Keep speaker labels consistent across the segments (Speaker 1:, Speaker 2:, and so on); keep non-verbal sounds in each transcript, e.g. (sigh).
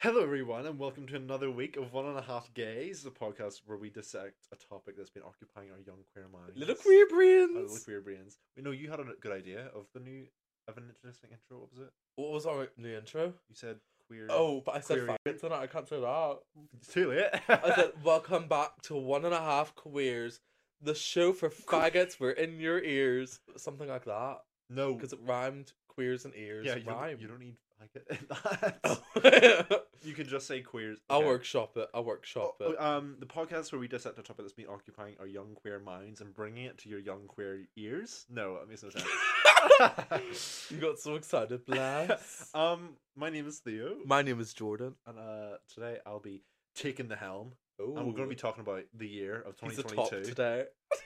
Speaker 1: Hello, everyone, and welcome to another week of One and a Half Gays, the podcast where we dissect a topic that's been occupying our young queer minds.
Speaker 2: Little queer
Speaker 1: Our Oh, Little
Speaker 2: brains.
Speaker 1: queer brains. We know you had a good idea of the new, of an interesting intro. What was it?
Speaker 2: What was our new intro?
Speaker 1: You said queer.
Speaker 2: Oh, but I said
Speaker 1: queer-
Speaker 2: faggots tonight. I can't say that.
Speaker 1: (laughs) It's too late.
Speaker 2: I said, "Welcome back to One and a Half Queers, the show for faggots. We're in your ears, something like that,
Speaker 1: (laughs) no.
Speaker 2: because it rhymed. Queers and ears.
Speaker 1: Oh. yeah, you
Speaker 2: rhyme. Oh.
Speaker 1: don't, you don't need faggot in that. (laughs) You can just say queers.
Speaker 2: (laughs) I'll
Speaker 1: okay.
Speaker 2: workshop it. I'll workshop
Speaker 1: Oh,
Speaker 2: it.
Speaker 1: Um, the podcast where we dissect a topic that's been occupying our young queer minds and bringing it to your young queer ears. No, that makes no
Speaker 2: (laughs)
Speaker 1: sense.
Speaker 2: you got so excited, bless.
Speaker 1: (laughs) um, my name is Theo,
Speaker 2: My name is Jordan.
Speaker 1: and uh, today I'll be taking the helm, and we're going to be
Speaker 2: Ooh.
Speaker 1: talking about the year of
Speaker 2: He's the top
Speaker 1: 2022.
Speaker 2: today. (laughs)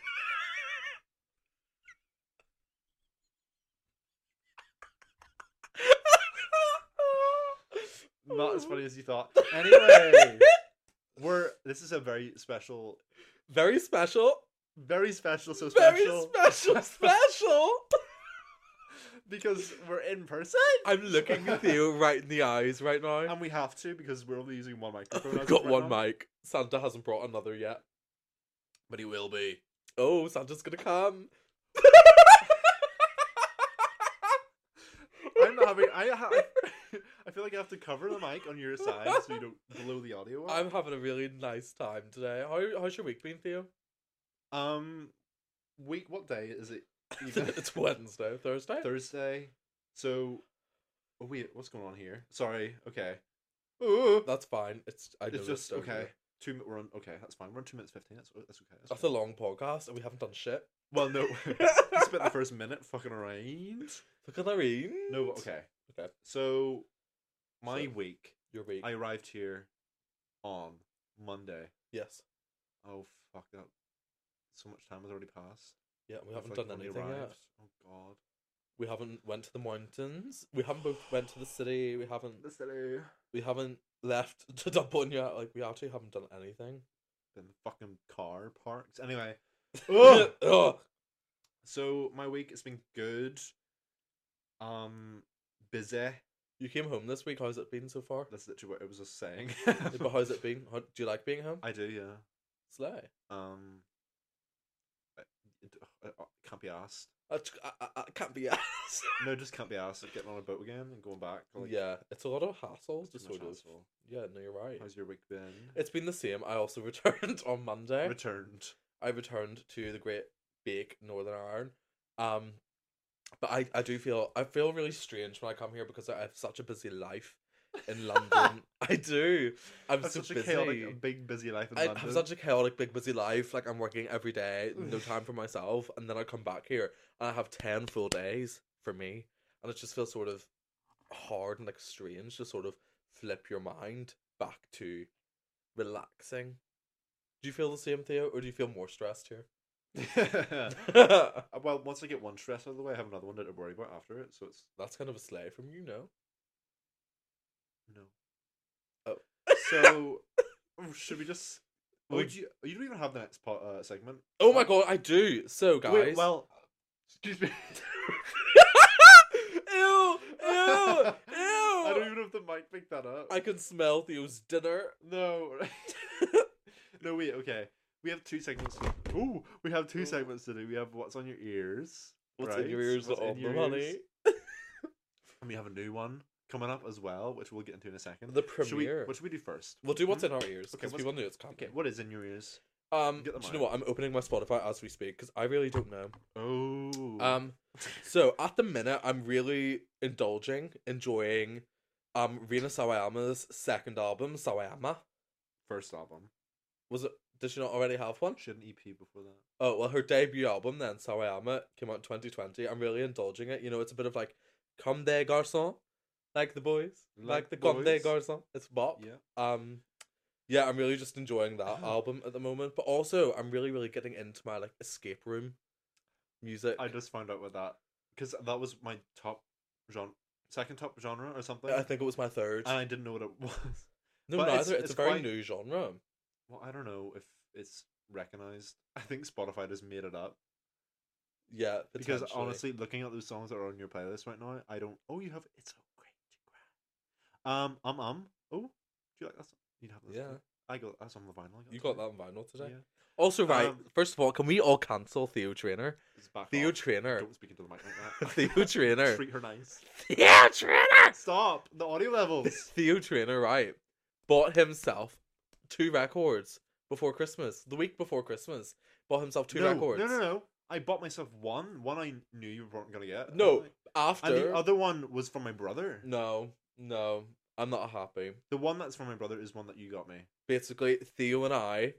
Speaker 1: Not as funny as you
Speaker 2: (laughs)
Speaker 1: thought. Anyway, we're this is a very special,
Speaker 2: Very special.
Speaker 1: very special, so
Speaker 2: Very
Speaker 1: special (laughs)
Speaker 2: special, special.
Speaker 1: because we're in person.
Speaker 2: I'm looking at you right in the eyes right now.
Speaker 1: and we have to because we're only using one microphone.
Speaker 2: We've
Speaker 1: as of
Speaker 2: got
Speaker 1: right
Speaker 2: one
Speaker 1: now.
Speaker 2: mic. Santa hasn't brought another yet. But he will be. Oh, Santa's gonna come.
Speaker 1: I'm not having. I,
Speaker 2: (laughs)
Speaker 1: (laughs) ha- I feel like I have to cover the mic on your side so you don't blow the audio.
Speaker 2: I'm
Speaker 1: Up.
Speaker 2: having a really nice time today. How, how's your week been,
Speaker 1: (laughs)
Speaker 2: Theo?
Speaker 1: Um, week. What day is it? You guys-
Speaker 2: (laughs) it's Wednesday, Thursday.
Speaker 1: Thursday. So, oh wait, what's going on here? Sorry. Okay. Ooh.
Speaker 2: That's fine. It's I know
Speaker 1: it's just
Speaker 2: over.
Speaker 1: okay. Two. mi- We're on. Okay, that's fine. We're on two minutes fifteen. That's that's okay. That's
Speaker 2: That's a
Speaker 1: fine.
Speaker 2: long podcast, and we haven't done shit.
Speaker 1: Well,
Speaker 2: (laughs)
Speaker 1: no. (laughs) we spent the first minute fucking around.
Speaker 2: Look at Irene.
Speaker 1: No. but Okay.
Speaker 2: Okay.
Speaker 1: So, my
Speaker 2: So-
Speaker 1: week.
Speaker 2: Your week.
Speaker 1: I arrived here on Monday.
Speaker 2: Yes.
Speaker 1: Oh fuck that! So much time has already passed.
Speaker 2: Yeah. We
Speaker 1: I've,
Speaker 2: haven't
Speaker 1: like,
Speaker 2: done
Speaker 1: only
Speaker 2: anything yet.
Speaker 1: arrived. Oh god.
Speaker 2: We haven't went to the mountains. We haven't both went to the city. We haven't.
Speaker 1: The city.
Speaker 2: We haven't left (laughs) to Dublin yet. Like we actually haven't done
Speaker 1: (gasps)
Speaker 2: anything.
Speaker 1: Then the fucking car parks.
Speaker 2: (laughs)
Speaker 1: Anyway. Ugh.
Speaker 2: Ugh.
Speaker 1: so my week has been good. Um, busy.
Speaker 2: you came home this week. How's it been so far?
Speaker 1: That's literally what I was just saying.
Speaker 2: Yeah, but how's it been? How, do you like being home?
Speaker 1: (laughs) I do, yeah.
Speaker 2: Slay.
Speaker 1: Um, I, it- I- I can't be asked.
Speaker 2: I, I, I, I can't be asked. (laughs)
Speaker 1: No, just can't be asked. Like getting on a boat again and going back. Like,
Speaker 2: Oh, yeah, it's a lot of hassles.
Speaker 1: too
Speaker 2: Just
Speaker 1: much
Speaker 2: sort of.
Speaker 1: hassle.
Speaker 2: Yeah, no, you're right.
Speaker 1: How's your week been?
Speaker 2: It's been the same. I also (laughs) returned on Monday.
Speaker 1: returned.
Speaker 2: I returned to the Great Bake Northern Ireland. Um, but I, I do feel I feel really strange when I come here because I have such a busy life
Speaker 1: (laughs)
Speaker 2: in London. I do. I'm
Speaker 1: I've
Speaker 2: so
Speaker 1: such
Speaker 2: busy.
Speaker 1: a chaotic, big, busy life in
Speaker 2: I
Speaker 1: London.
Speaker 2: have
Speaker 1: (laughs)
Speaker 2: such a chaotic, big, busy life. Like I'm working
Speaker 1: (sighs)
Speaker 2: every day, no time for myself, and then I come back here and I have ten full days for me, and it just feels sort of hard and like strange to sort of flip your mind back to relaxing. Do you feel the same, Theo, or do you feel more stressed here?
Speaker 1: Uh, well, once I get one stress out of the way, I have another one to worry about after it. So it's
Speaker 2: That's kind of a slay from you, no?
Speaker 1: no.
Speaker 2: Oh. (laughs)
Speaker 1: So oh, should we just?
Speaker 2: We-
Speaker 1: Would you? You don't even have the next part, uh, segment.
Speaker 2: Oh my god, I do. So guys,
Speaker 1: Wait, well, (laughs) excuse me.
Speaker 2: (laughs)
Speaker 1: (laughs)
Speaker 2: ew, ew,
Speaker 1: I don't
Speaker 2: ew.
Speaker 1: even know if the mic picked that up.
Speaker 2: I can smell Theo's dinner. (laughs)
Speaker 1: No. (laughs) no, wait, okay. We have two segments. To... Ooh, we have two segments today. We have what's on your ears.
Speaker 2: What's in your
Speaker 1: right?
Speaker 2: ears,
Speaker 1: What's in
Speaker 2: on
Speaker 1: your
Speaker 2: the honey?
Speaker 1: ears. And we have a new one coming up as well, which we'll get into in a second.
Speaker 2: The
Speaker 1: Should we,
Speaker 2: premiere.
Speaker 1: what should we do first?
Speaker 2: We'll do what's
Speaker 1: Hmm?
Speaker 2: in our ears
Speaker 1: Okay,
Speaker 2: because
Speaker 1: what's-
Speaker 2: people knew it's coming.
Speaker 1: Okay, what is in your ears?
Speaker 2: Um, do
Speaker 1: Get them
Speaker 2: you know what? I'm opening my Spotify as we speak because I really don't know.
Speaker 1: Oh.
Speaker 2: Um, so at the minute, I'm really indulging, enjoying, um, Rina Sawayama's second album, Sawayama.
Speaker 1: First album.
Speaker 2: Was it? Did she not already have one?
Speaker 1: She had an EP before that.
Speaker 2: Oh well, her debut album then, Sawayama, came out in 2020. I'm really indulging it. You know, it's a bit of like, comme des garçons, like the boys, like,
Speaker 1: Like
Speaker 2: the comme des
Speaker 1: boys.
Speaker 2: garçons. It's bop.
Speaker 1: Yeah.
Speaker 2: Um, yeah, I'm really just
Speaker 1: (laughs)
Speaker 2: enjoying that album at the moment. But also, I'm really, really getting into my like escape room music.
Speaker 1: I just found out what that. Because that was my top genre. Second top genre or something.
Speaker 2: I think it was my third.
Speaker 1: And I didn't know what it (laughs) was.
Speaker 2: no,
Speaker 1: but
Speaker 2: neither.
Speaker 1: it's-
Speaker 2: It's,
Speaker 1: it's
Speaker 2: a very
Speaker 1: quite-
Speaker 2: new genre.
Speaker 1: Well, I don't know if it's recognized. I think Spotify just made it up.
Speaker 2: Yeah,
Speaker 1: Because
Speaker 2: potentially.
Speaker 1: honestly, looking at those songs that are on your playlist right now, I don't. Oh, you have it's so great. to Cry. Um, um, um. Oh, do you like that? Song? You'd have that.
Speaker 2: yeah,
Speaker 1: I got that's on the vinyl. I
Speaker 2: you got
Speaker 1: today.
Speaker 2: that on vinyl today.
Speaker 1: Yeah.
Speaker 2: Also, right.
Speaker 1: Um,
Speaker 2: first of all, can we all cancel Theo Trainer?
Speaker 1: It's back
Speaker 2: Theo
Speaker 1: off.
Speaker 2: Trainer.
Speaker 1: Don't speak into the mic like that. (laughs)
Speaker 2: (laughs) Theo Trainer.
Speaker 1: Treat her nice.
Speaker 2: Theo Trainer.
Speaker 1: Stop the audio levels.
Speaker 2: (laughs) Theo Trainer, right, bought himself two records before Christmas. The week before Christmas, bought himself two
Speaker 1: no,
Speaker 2: records.
Speaker 1: No, no, no. I bought myself one. One I knew you weren't gonna get.
Speaker 2: No,
Speaker 1: And
Speaker 2: after
Speaker 1: the other one was from my brother.
Speaker 2: no, no, I'm not happy.
Speaker 1: The one that's from my brother is one that you got me.
Speaker 2: Basically, Theo and I,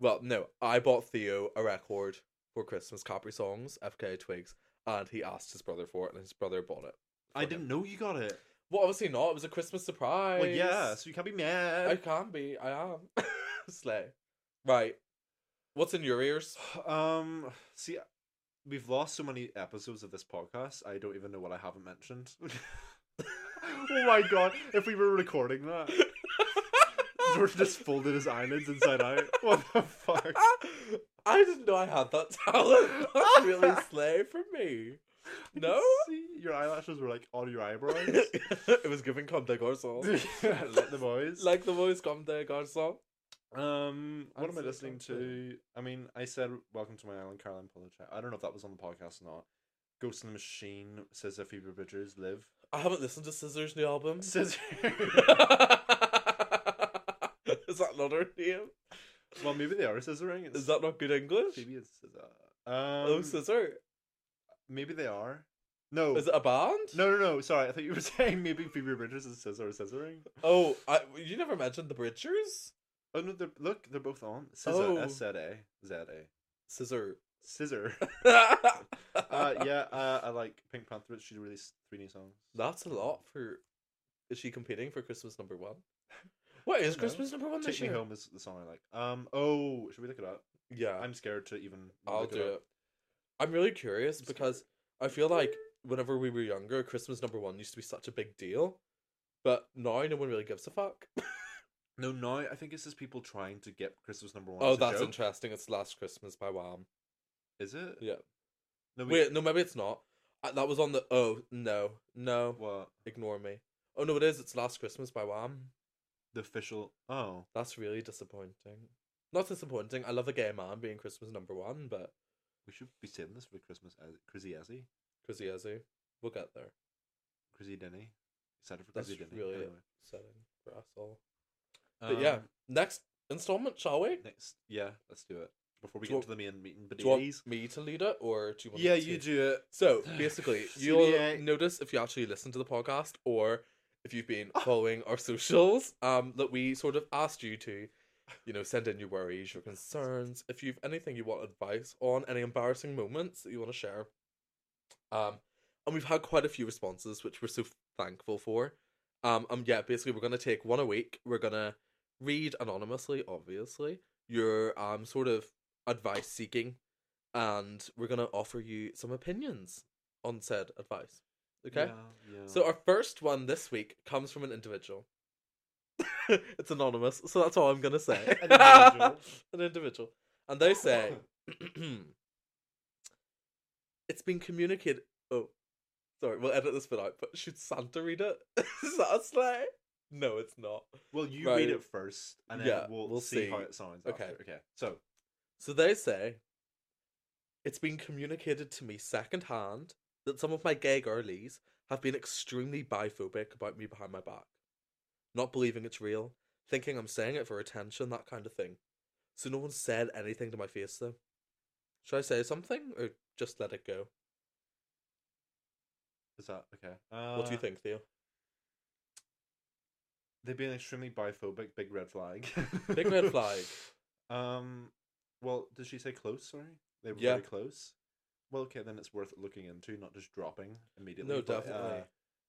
Speaker 2: well, no, I bought Theo a record for Christmas, Capri Songs, FK Twigs, and he asked his brother for it, and his brother bought it. for
Speaker 1: I
Speaker 2: him.
Speaker 1: didn't know you got it.
Speaker 2: Well, obviously not. It was a Christmas surprise.
Speaker 1: Well, yeah, so you can't be mad.
Speaker 2: I can be. I am. (laughs) Slay. Right. What's in your ears?
Speaker 1: (sighs) Um, see, we've lost so many episodes of this podcast. I don't even know what I haven't mentioned. (laughs) oh my god! If we were recording that,
Speaker 2: (laughs)
Speaker 1: Jordan just folded his eyelids inside out. What the fuck?
Speaker 2: I didn't know I had that talent. (laughs) That's really slay for me. (laughs) No?
Speaker 1: See, your eyelashes were like on your eyebrows.
Speaker 2: (laughs) it was giving comme des (laughs) garçons.
Speaker 1: Let the boys.
Speaker 2: Like the voice comme des garçons.
Speaker 1: um, what
Speaker 2: I'm
Speaker 1: am I
Speaker 2: so
Speaker 1: listening to?
Speaker 2: confused.
Speaker 1: I mean, I said "Welcome to My Island," Caroline Polachek. I don't know if that was on the podcast or not. Ghost in the Machine says that Phoebe Bridgers live.
Speaker 2: I haven't listened to (laughs) Scissor's new album.
Speaker 1: Scissor.
Speaker 2: Is that not her name?
Speaker 1: well, maybe they are scissoring. It's-
Speaker 2: Is that not good English?
Speaker 1: Maybe it's scissor.
Speaker 2: oh,
Speaker 1: Um,
Speaker 2: Scissor.
Speaker 1: maybe they are. No.
Speaker 2: Is it a band?
Speaker 1: no, no, no. Sorry, I thought you were (laughs) saying maybe Phoebe Bridgers is scissor or scissoring.
Speaker 2: Oh, I, you never mentioned the Bridgers?
Speaker 1: Oh no! They're, look, they're both on scissor.
Speaker 2: Oh.
Speaker 1: S Z A Z A
Speaker 2: Scissor. (laughs)
Speaker 1: scissor. uh,
Speaker 2: uh,
Speaker 1: yeah, uh, I like Pink Panther. But she released three new songs.
Speaker 2: That's a lot for. Is she competing for Christmas number one? (laughs) What is
Speaker 1: No.
Speaker 2: Christmas number one this
Speaker 1: Take Me
Speaker 2: year?
Speaker 1: Home is the song I like. Um. Oh, should we look it up?
Speaker 2: Yeah,
Speaker 1: I'm scared to even.
Speaker 2: I'll
Speaker 1: look
Speaker 2: do
Speaker 1: up.
Speaker 2: it. I'm really curious
Speaker 1: It's
Speaker 2: because I feel like whenever we were younger, Christmas number one used to be such a big deal, but now no one really gives a fuck. (laughs)
Speaker 1: No, no. I think it's just people trying to get Christmas number one.
Speaker 2: oh,
Speaker 1: as a
Speaker 2: that's
Speaker 1: joke.
Speaker 2: interesting. It's Last Christmas by Wham.
Speaker 1: Is it?
Speaker 2: Yeah.
Speaker 1: No. We,
Speaker 2: Wait, no, maybe it's not. Uh, That was on the. Oh no, no,
Speaker 1: What
Speaker 2: ignore me. Oh no, it is. It's Last Christmas by Wham.
Speaker 1: the official? Oh.
Speaker 2: That's really disappointing. Not disappointing. I love a gay man being Christmas number one, but
Speaker 1: We should be saving this for Christmas. Ez- Chrissy Ezzy.
Speaker 2: Crazy Ezzy, we'll get there.
Speaker 1: Chrissy Denny. Excited for
Speaker 2: That's
Speaker 1: Chrissy Denny.
Speaker 2: really
Speaker 1: anyway. Um,
Speaker 2: upsetting for us all. But yeah, next installment, shall we?
Speaker 1: Next, yeah, let's do it before we
Speaker 2: Do
Speaker 1: get
Speaker 2: you
Speaker 1: to the main meeting. But
Speaker 2: Do you want me to lead it, or do you want? to-
Speaker 1: do it.
Speaker 2: So
Speaker 1: (sighs)
Speaker 2: basically, you'll
Speaker 1: CBA.
Speaker 2: notice if you actually listen to the podcast or if you've been
Speaker 1: Ah.
Speaker 2: following our socials, um, that we sort of asked you to, you know, send in your worries, your concerns, if you've anything you want advice on, any embarrassing moments that you want to share. Um, and we've had quite a few responses, which we're so thankful for. Um, um, yeah, basically, we're gonna take one a week. We're gonna read anonymously, obviously, your um sort of advice seeking, and we're gonna offer you some opinions on said advice. Okay.
Speaker 1: Yeah, yeah.
Speaker 2: So our first one this week comes from an individual. (laughs) it's anonymous, so that's all I'm gonna say.
Speaker 1: (laughs) An individual.
Speaker 2: (laughs) An individual. And they say (clears throat) It's been communicated oh sorry, we'll edit this bit out, but should Santa read it? (laughs) Is that a slay? No, it's not.
Speaker 1: Well, you
Speaker 2: Right.
Speaker 1: read it first, and then
Speaker 2: Yeah,
Speaker 1: we'll,
Speaker 2: we'll
Speaker 1: see, how
Speaker 2: see.
Speaker 1: it sounds.
Speaker 2: Okay.
Speaker 1: after. Okay. So
Speaker 2: So they say it's been communicated to me secondhand that some of my gay girlies have been extremely biphobic about me behind my back, not believing it's real, thinking I'm saying it for attention, that kind of thing. So no one said anything to my face though. Should I say something or just let it go?
Speaker 1: is that okay? Uh,
Speaker 2: what do you think, Theo?
Speaker 1: They've been extremely biphobic. Big red flag.
Speaker 2: Big red flag.
Speaker 1: (laughs) Um. Well, did she say close? Sorry, they were
Speaker 2: Yeah.
Speaker 1: very close. Well, okay, then it's worth looking into, not just dropping immediately.
Speaker 2: No,
Speaker 1: but, uh,
Speaker 2: definitely.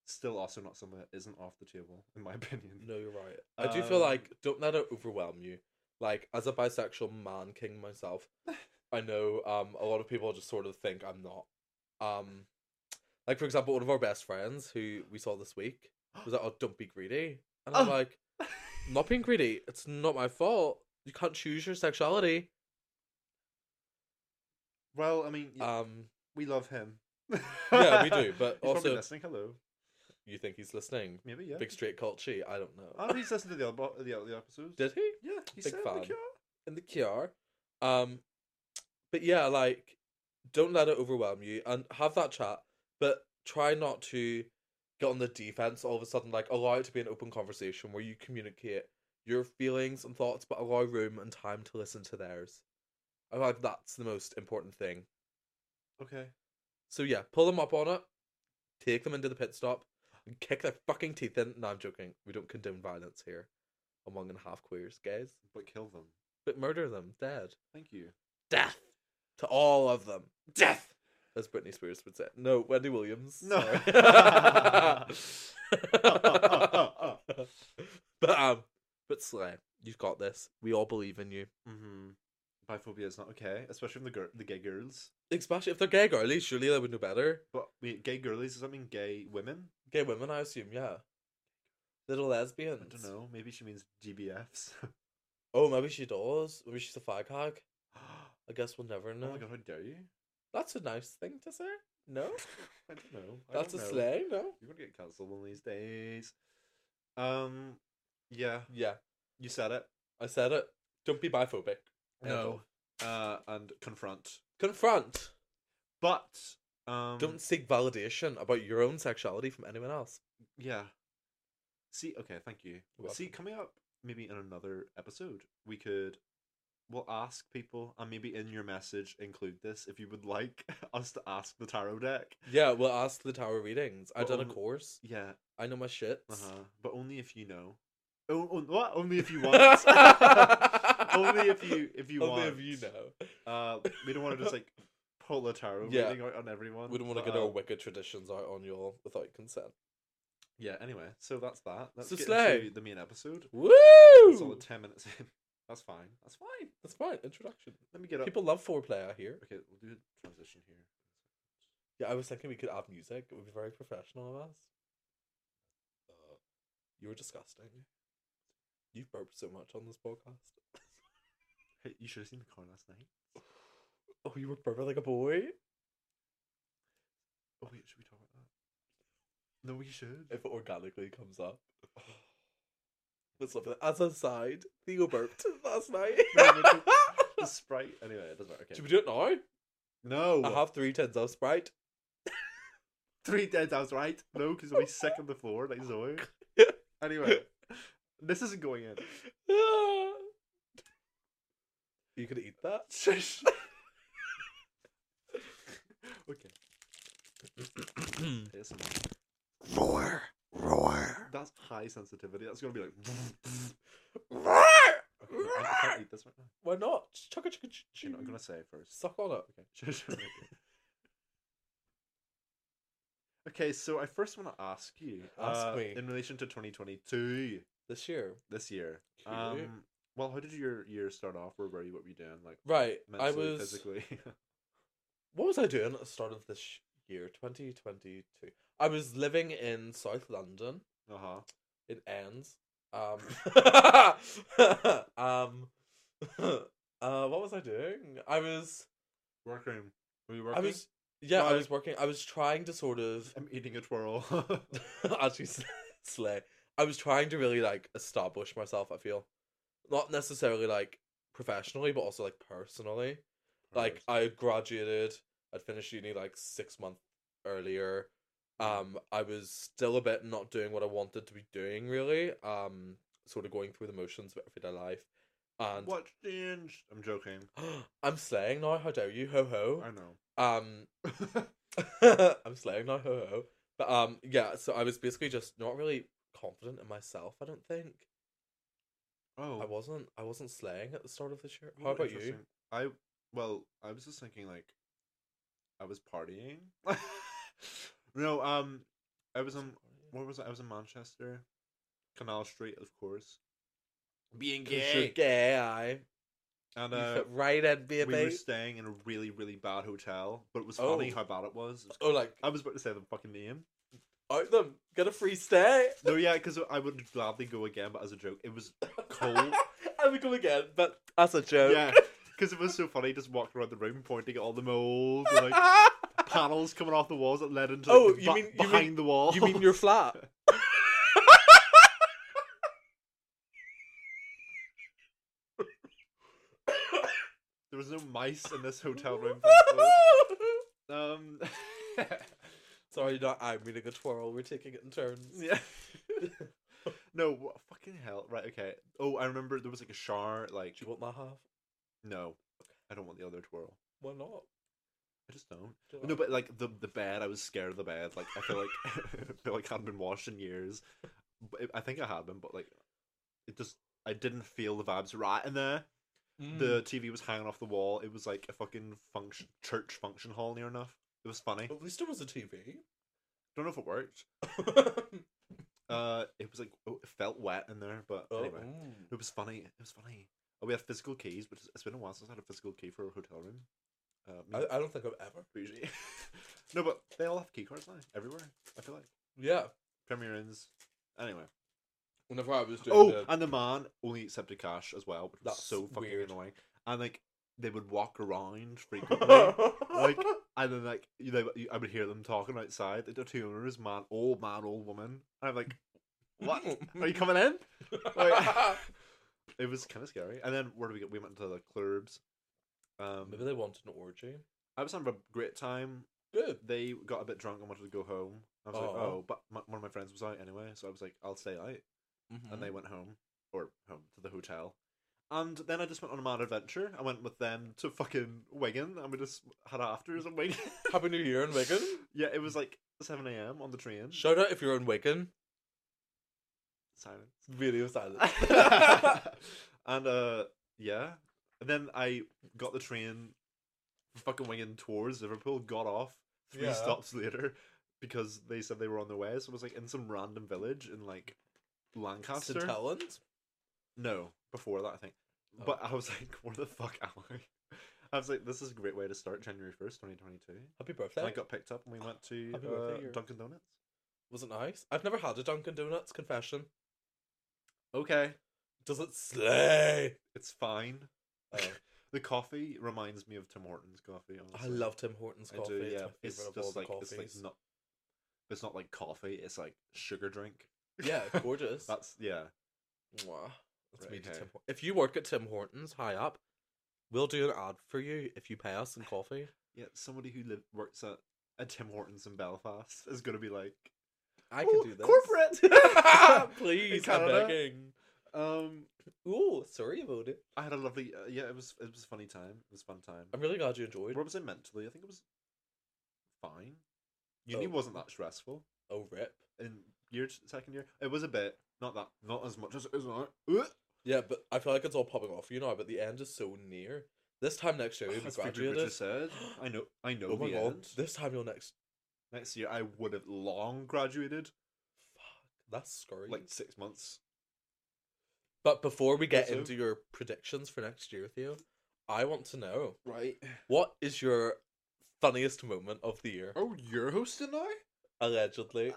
Speaker 1: still, also not something that isn't off the table, in my (laughs) opinion.
Speaker 2: No, you're right. I do feel
Speaker 1: Um,
Speaker 2: like don't let it overwhelm you. Like as a bisexual man king
Speaker 1: (laughs)
Speaker 2: myself, I know um a lot of people just sort of think I'm not. Um, like for example, one of our best friends who we saw this week was like, "Oh, don't be greedy," and I'm
Speaker 1: Oh.
Speaker 2: like, "I'm
Speaker 1: (laughs)
Speaker 2: "Not being greedy. It's not my fault. You can't choose your sexuality."
Speaker 1: Well, I mean, y-
Speaker 2: Um,
Speaker 1: we love him.
Speaker 2: yeah, we
Speaker 1: (laughs)
Speaker 2: do, but
Speaker 1: He's probably
Speaker 2: also-
Speaker 1: listening. Hello,
Speaker 2: you think he's listening?
Speaker 1: maybe yeah.
Speaker 2: Big straight culture. I don't know.
Speaker 1: Oh, he's listened to the other, bo- the other episodes.
Speaker 2: (laughs) Did he?
Speaker 1: yeah, he
Speaker 2: Big
Speaker 1: said
Speaker 2: fan.
Speaker 1: like, yeah.
Speaker 2: in the QR. Um, but yeah, like, don't let it overwhelm you and have that chat, but try not to get on the defense all of a sudden. Like, allow it to be an open conversation where you communicate your feelings and thoughts, but allow room and time to listen to theirs. I feel like that's the most important thing.
Speaker 1: Okay.
Speaker 2: So yeah, pull them up on it, take them into the pit stop, and kick their fucking teeth in. No, I'm joking. We don't condone violence here among and half queers, guys.
Speaker 1: But
Speaker 2: (laughs)
Speaker 1: kill them.
Speaker 2: But murder them dead
Speaker 1: Thank you.
Speaker 2: death to all of them. Death, as Britney Spears would say. No, Wendy Williams.
Speaker 1: No.
Speaker 2: sorry.
Speaker 1: (laughs)
Speaker 2: but um, but Slay, you've got this. We all believe in you.
Speaker 1: Mm-hmm. Biphobia is not okay, especially from the gir- the gay girls.
Speaker 2: Especially if they're gay girlies, surely they would know better.
Speaker 1: But wait, gay girlies does that mean gay women?
Speaker 2: Gay women, I assume, yeah. Little lesbians.
Speaker 1: I don't know. Maybe she means GBFs.
Speaker 2: Oh, maybe she does. Maybe she's a fag hag. I guess we'll never
Speaker 1: (laughs) Oh
Speaker 2: know.
Speaker 1: my god, how dare you?
Speaker 2: That's a nice thing to say. No,
Speaker 1: I don't know. I
Speaker 2: that's a
Speaker 1: don't know.
Speaker 2: slay. No.
Speaker 1: You're gonna get cancelled one of these days. Um, yeah,
Speaker 2: Yeah,
Speaker 1: you said it.
Speaker 2: I said it. Don't be biphobic. End of.
Speaker 1: Uh, and confront.
Speaker 2: Confront.
Speaker 1: But um,
Speaker 2: Don't seek validation about your own sexuality from anyone else.
Speaker 1: Yeah. See, okay, thank you.
Speaker 2: You're
Speaker 1: See, coming up maybe in another episode, we could we'll ask people and maybe in your message include this if you would like (laughs) us to ask the tarot deck.
Speaker 2: Yeah, we'll ask the tower readings. I've
Speaker 1: Well,
Speaker 2: done a
Speaker 1: um,
Speaker 2: course.
Speaker 1: Yeah,
Speaker 2: I know my shit.
Speaker 1: uh-huh. But only if you know. Oh, oh, what? Only if you
Speaker 2: (laughs)
Speaker 1: want. (laughs) only if you if you
Speaker 2: Only
Speaker 1: want.
Speaker 2: if you know.
Speaker 1: Uh, we don't want to just
Speaker 2: (laughs)
Speaker 1: like pull a tarot
Speaker 2: Yeah.
Speaker 1: reading out on everyone.
Speaker 2: We don't want to
Speaker 1: but,
Speaker 2: get our
Speaker 1: um,
Speaker 2: wicked traditions out on you all without consent.
Speaker 1: Yeah. Anyway, so that's that. Let's
Speaker 2: So
Speaker 1: get
Speaker 2: slay.
Speaker 1: into the main episode.
Speaker 2: Woo!
Speaker 1: It's all ten minutes in. That's fine. That's fine.
Speaker 2: That's fine. Introduction.
Speaker 1: Let me get up.
Speaker 2: People love foreplay, I hear.
Speaker 1: Okay, we'll do a transition here.
Speaker 2: Yeah, I was thinking we could add music. It would be very professional of us.
Speaker 1: Uh,
Speaker 2: You were disgusting. You've burped so much on this podcast.
Speaker 1: Hey, you should have seen the car last night.
Speaker 2: Oh, you were burping like a boy?
Speaker 1: Oh wait, should we talk about that? No, we should.
Speaker 2: if (laughs) it organically
Speaker 1: (sighs)
Speaker 2: comes up. Let's look at that. As a side,
Speaker 1: (laughs)
Speaker 2: Theo burped last night.
Speaker 1: No, we
Speaker 2: (laughs)
Speaker 1: should- the sprite. Anyway, it doesn't matter. Okay.
Speaker 2: Should we do it now?
Speaker 1: No,
Speaker 2: I have three tins of Sprite.
Speaker 1: three dead sounds right. No, because I'll be sick on the floor like (laughs) Zoe. Anyway, this isn't going in.
Speaker 2: you could eat that.
Speaker 1: (laughs) Okay. ASMR.
Speaker 2: Roar, roar,
Speaker 1: That's high sensitivity. That's gonna (laughs) be like.
Speaker 2: roar.
Speaker 1: Okay, no, I can't eat this right now.
Speaker 2: Why not? Just Chugga chugga choo
Speaker 1: Actually, no, I'm (laughs)
Speaker 2: choo.
Speaker 1: gonna say it first.
Speaker 2: Suck on it.
Speaker 1: Okay. Sure, sure. okay. Okay, so I first want to ask you,
Speaker 2: Ask
Speaker 1: uh,
Speaker 2: me.
Speaker 1: in relation to 2022
Speaker 2: this year.
Speaker 1: this year.
Speaker 2: Cute.
Speaker 1: Um, well, how did your year start off? Where were you? What were you doing? Like
Speaker 2: Right, I
Speaker 1: mentally,
Speaker 2: was.
Speaker 1: physically. (laughs)
Speaker 2: What was I doing at the start of this sh- year, 2022? I was living in South London.
Speaker 1: uh huh.
Speaker 2: It ends. Um, (laughs) um, (laughs) uh, what was I doing? I was,
Speaker 1: Working. Were you
Speaker 2: I
Speaker 1: working?
Speaker 2: was, yeah, I
Speaker 1: Like-
Speaker 2: was working. I was trying to sort of (laughs)
Speaker 1: I'm eating a twirl. (laughs)
Speaker 2: actually sl- slay. I was trying to really like establish myself. I feel not necessarily like professionally, but also like personally. Like I had graduated, I'd finished uni like six months earlier.
Speaker 1: Mm.
Speaker 2: Um, I was still a bit not doing what I wanted to be doing really. Um, sort of going through the motions of everyday life, and
Speaker 1: what changed? I'm joking.
Speaker 2: (gasps) I'm slaying now. How dare you? Ho ho.
Speaker 1: I know.
Speaker 2: Um,
Speaker 1: (laughs)
Speaker 2: (laughs) I'm slaying now, ho ho. But um, yeah. So I was basically just not really confident in myself. I don't think
Speaker 1: Oh,
Speaker 2: I wasn't. I wasn't slaying at the start of this year.
Speaker 1: oh,
Speaker 2: How about you?
Speaker 1: interesting. I well, I was just thinking like, I was partying. (laughs) no, um, I was on. Where was I? I was in Manchester, Canal Street, of course. Being
Speaker 2: 'Cause You're gay. I.
Speaker 1: and
Speaker 2: You
Speaker 1: uh,
Speaker 2: fit right in, baby.
Speaker 1: we were staying in a really, really bad hotel, but it was
Speaker 2: Oh.
Speaker 1: funny how bad it was. It was-
Speaker 2: oh, like
Speaker 1: I was about to say the fucking name.
Speaker 2: out them. Get a free stay.
Speaker 1: No, yeah, because I would gladly go again, but as a joke, it was
Speaker 2: (laughs)
Speaker 1: cold.
Speaker 2: I would come again, but that's a joke.
Speaker 1: yeah, because it was so funny just walking around the room pointing at all the mold, and, like panels coming off the walls that led into like,
Speaker 2: Oh,
Speaker 1: the
Speaker 2: you
Speaker 1: ba-
Speaker 2: mean- you mean-
Speaker 1: behind the wall.
Speaker 2: (laughs) you
Speaker 1: (laughs)
Speaker 2: mean your flat?
Speaker 1: there was no mice in this hotel
Speaker 2: (laughs)
Speaker 1: room? thankfully. um, (laughs)
Speaker 2: Sorry, not I'm reading a twirl. We're taking it in turns.
Speaker 1: yeah. (laughs) no, what, fucking hell. Right, okay. Oh, I remember there was like a shower. Like,
Speaker 2: Do you want my half?
Speaker 1: no, I don't want the other twirl.
Speaker 2: Why not?
Speaker 1: I just
Speaker 2: Do
Speaker 1: don't. No,
Speaker 2: I?
Speaker 1: but like the the bed, I was scared of the bed. Like (laughs) I feel like I feel like hadn't been washed in years. But it, I think I had been, but like it just I didn't feel the vibes right in there.
Speaker 2: Mm.
Speaker 1: The TV was hanging off the wall. It was like a fucking function church function hall near enough. It was funny.
Speaker 2: At least it was a TV.
Speaker 1: Don't know if it worked. Uh, it was like oh, it felt wet in there, but
Speaker 2: (laughs) oh,
Speaker 1: anyway,
Speaker 2: mm.
Speaker 1: it was funny. It was funny. Oh, we had physical keys, which is, it's been a while since I had a physical key for a hotel room. Uh, me and
Speaker 2: I, I don't think I've ever.
Speaker 1: Bougie. (laughs) no, but they all have key cards now everywhere. I feel like
Speaker 2: Yeah.
Speaker 1: Premier Inns. Anyway.
Speaker 2: Whenever I was doing
Speaker 1: Oh,
Speaker 2: the-
Speaker 1: and the man only accepted cash as well, which was
Speaker 2: That's
Speaker 1: so fucking
Speaker 2: weird.
Speaker 1: annoying. And like they would walk
Speaker 2: (laughs)
Speaker 1: around frequently. like and then like you know you- I would hear them talking outside. The two owners, man, old man, old woman. And I'm like, what? Are you coming in? like- It was kind of scary. And then where do we go? We went to the clubs. Um,
Speaker 2: (laughs) Maybe they wanted an orgy.
Speaker 1: I was having a great time.
Speaker 2: Good.
Speaker 1: they got a bit drunk and wanted to go home. I was like,
Speaker 2: Aw.
Speaker 1: oh, but my, one of my friends was out anyway, so I was like, I'll stay out. And they went home, or home to the hotel. And then I just went on a mad adventure. I went with them to fucking Wigan, and we just had afters in Wigan. (laughs)
Speaker 2: Happy New Year in Wigan.
Speaker 1: yeah, it was like 7 a.m. on the train.
Speaker 2: Shout out if you're in Wigan.
Speaker 1: (laughs) Silence.
Speaker 2: Video silence. (laughs)
Speaker 1: and uh, yeah. And then I got the train from fucking Wigan towards Liverpool, got off three
Speaker 2: Yeah.
Speaker 1: stops later because they said they were on their way. So it was like in some random village in like Lancaster.
Speaker 2: St. Helens. Oh.
Speaker 1: No, before that, I think. But I was like, (laughs) where the fuck am I? I was like, this is a great way to start January 1st, 2022.
Speaker 2: Happy birthday.
Speaker 1: And I got picked up and we went to
Speaker 2: Happy birthday,
Speaker 1: uh,
Speaker 2: you're-
Speaker 1: Dunkin' Donuts.
Speaker 2: Was it nice? I've never had a Dunkin' Donuts confession.
Speaker 1: Okay.
Speaker 2: Does it slay?
Speaker 1: It's
Speaker 2: (laughs)
Speaker 1: fine. Uh,
Speaker 2: Oh,
Speaker 1: The coffee reminds me of Tim Hortons coffee.
Speaker 2: I
Speaker 1: Honestly.
Speaker 2: love Tim Hortons
Speaker 1: I
Speaker 2: coffee.
Speaker 1: do, yeah. It's,
Speaker 2: It's, my favorite
Speaker 1: just
Speaker 2: of all
Speaker 1: like
Speaker 2: the
Speaker 1: it's like
Speaker 2: coffees.
Speaker 1: not. It's not like coffee. It's like sugar drink.
Speaker 2: Yeah,
Speaker 1: (laughs)
Speaker 2: gorgeous.
Speaker 1: That's yeah.
Speaker 2: Mwah. That's
Speaker 1: Right,
Speaker 2: me to
Speaker 1: okay.
Speaker 2: Tim Hort- If you work at Tim Hortons high up, we'll do an ad for you if you pay us in coffee.
Speaker 1: Yeah, somebody who live, works at a Tim Hortons in Belfast is gonna be like,
Speaker 2: I can
Speaker 1: "Oh,
Speaker 2: do this. (laughs)
Speaker 1: corporate, (laughs) In
Speaker 2: Please, I'm
Speaker 1: Canada.
Speaker 2: begging.
Speaker 1: Um,
Speaker 2: Ooh, sorry about it.
Speaker 1: I had a lovely. Uh, yeah, it was it was a funny time. It was a fun time.
Speaker 2: I'm really glad you enjoyed.
Speaker 1: Where was I mentally? I think it was fine. Uni
Speaker 2: Oh.
Speaker 1: wasn't that stressful
Speaker 2: Oh, rip.
Speaker 1: in year second year. It was a bit, not that, not as much as it is now. Ugh.
Speaker 2: Yeah, but I feel like it's all popping off for you now, but the end is so near. This time next year, you'll be
Speaker 1: That's Phoebe Bridgers
Speaker 2: graduated.
Speaker 1: said. I know. I know.
Speaker 2: Oh my
Speaker 1: the
Speaker 2: god,
Speaker 1: end.
Speaker 2: this time you'll next
Speaker 1: next year I would have long graduated,
Speaker 2: Fuck, that's scary.
Speaker 1: like six months.
Speaker 2: but before we get
Speaker 1: Also-
Speaker 2: into your predictions for next year, Theo, I want to know
Speaker 3: Right.
Speaker 2: what is your funniest moment of the year?
Speaker 3: Oh, you're hosting now?
Speaker 1: (laughs)
Speaker 2: Allegedly,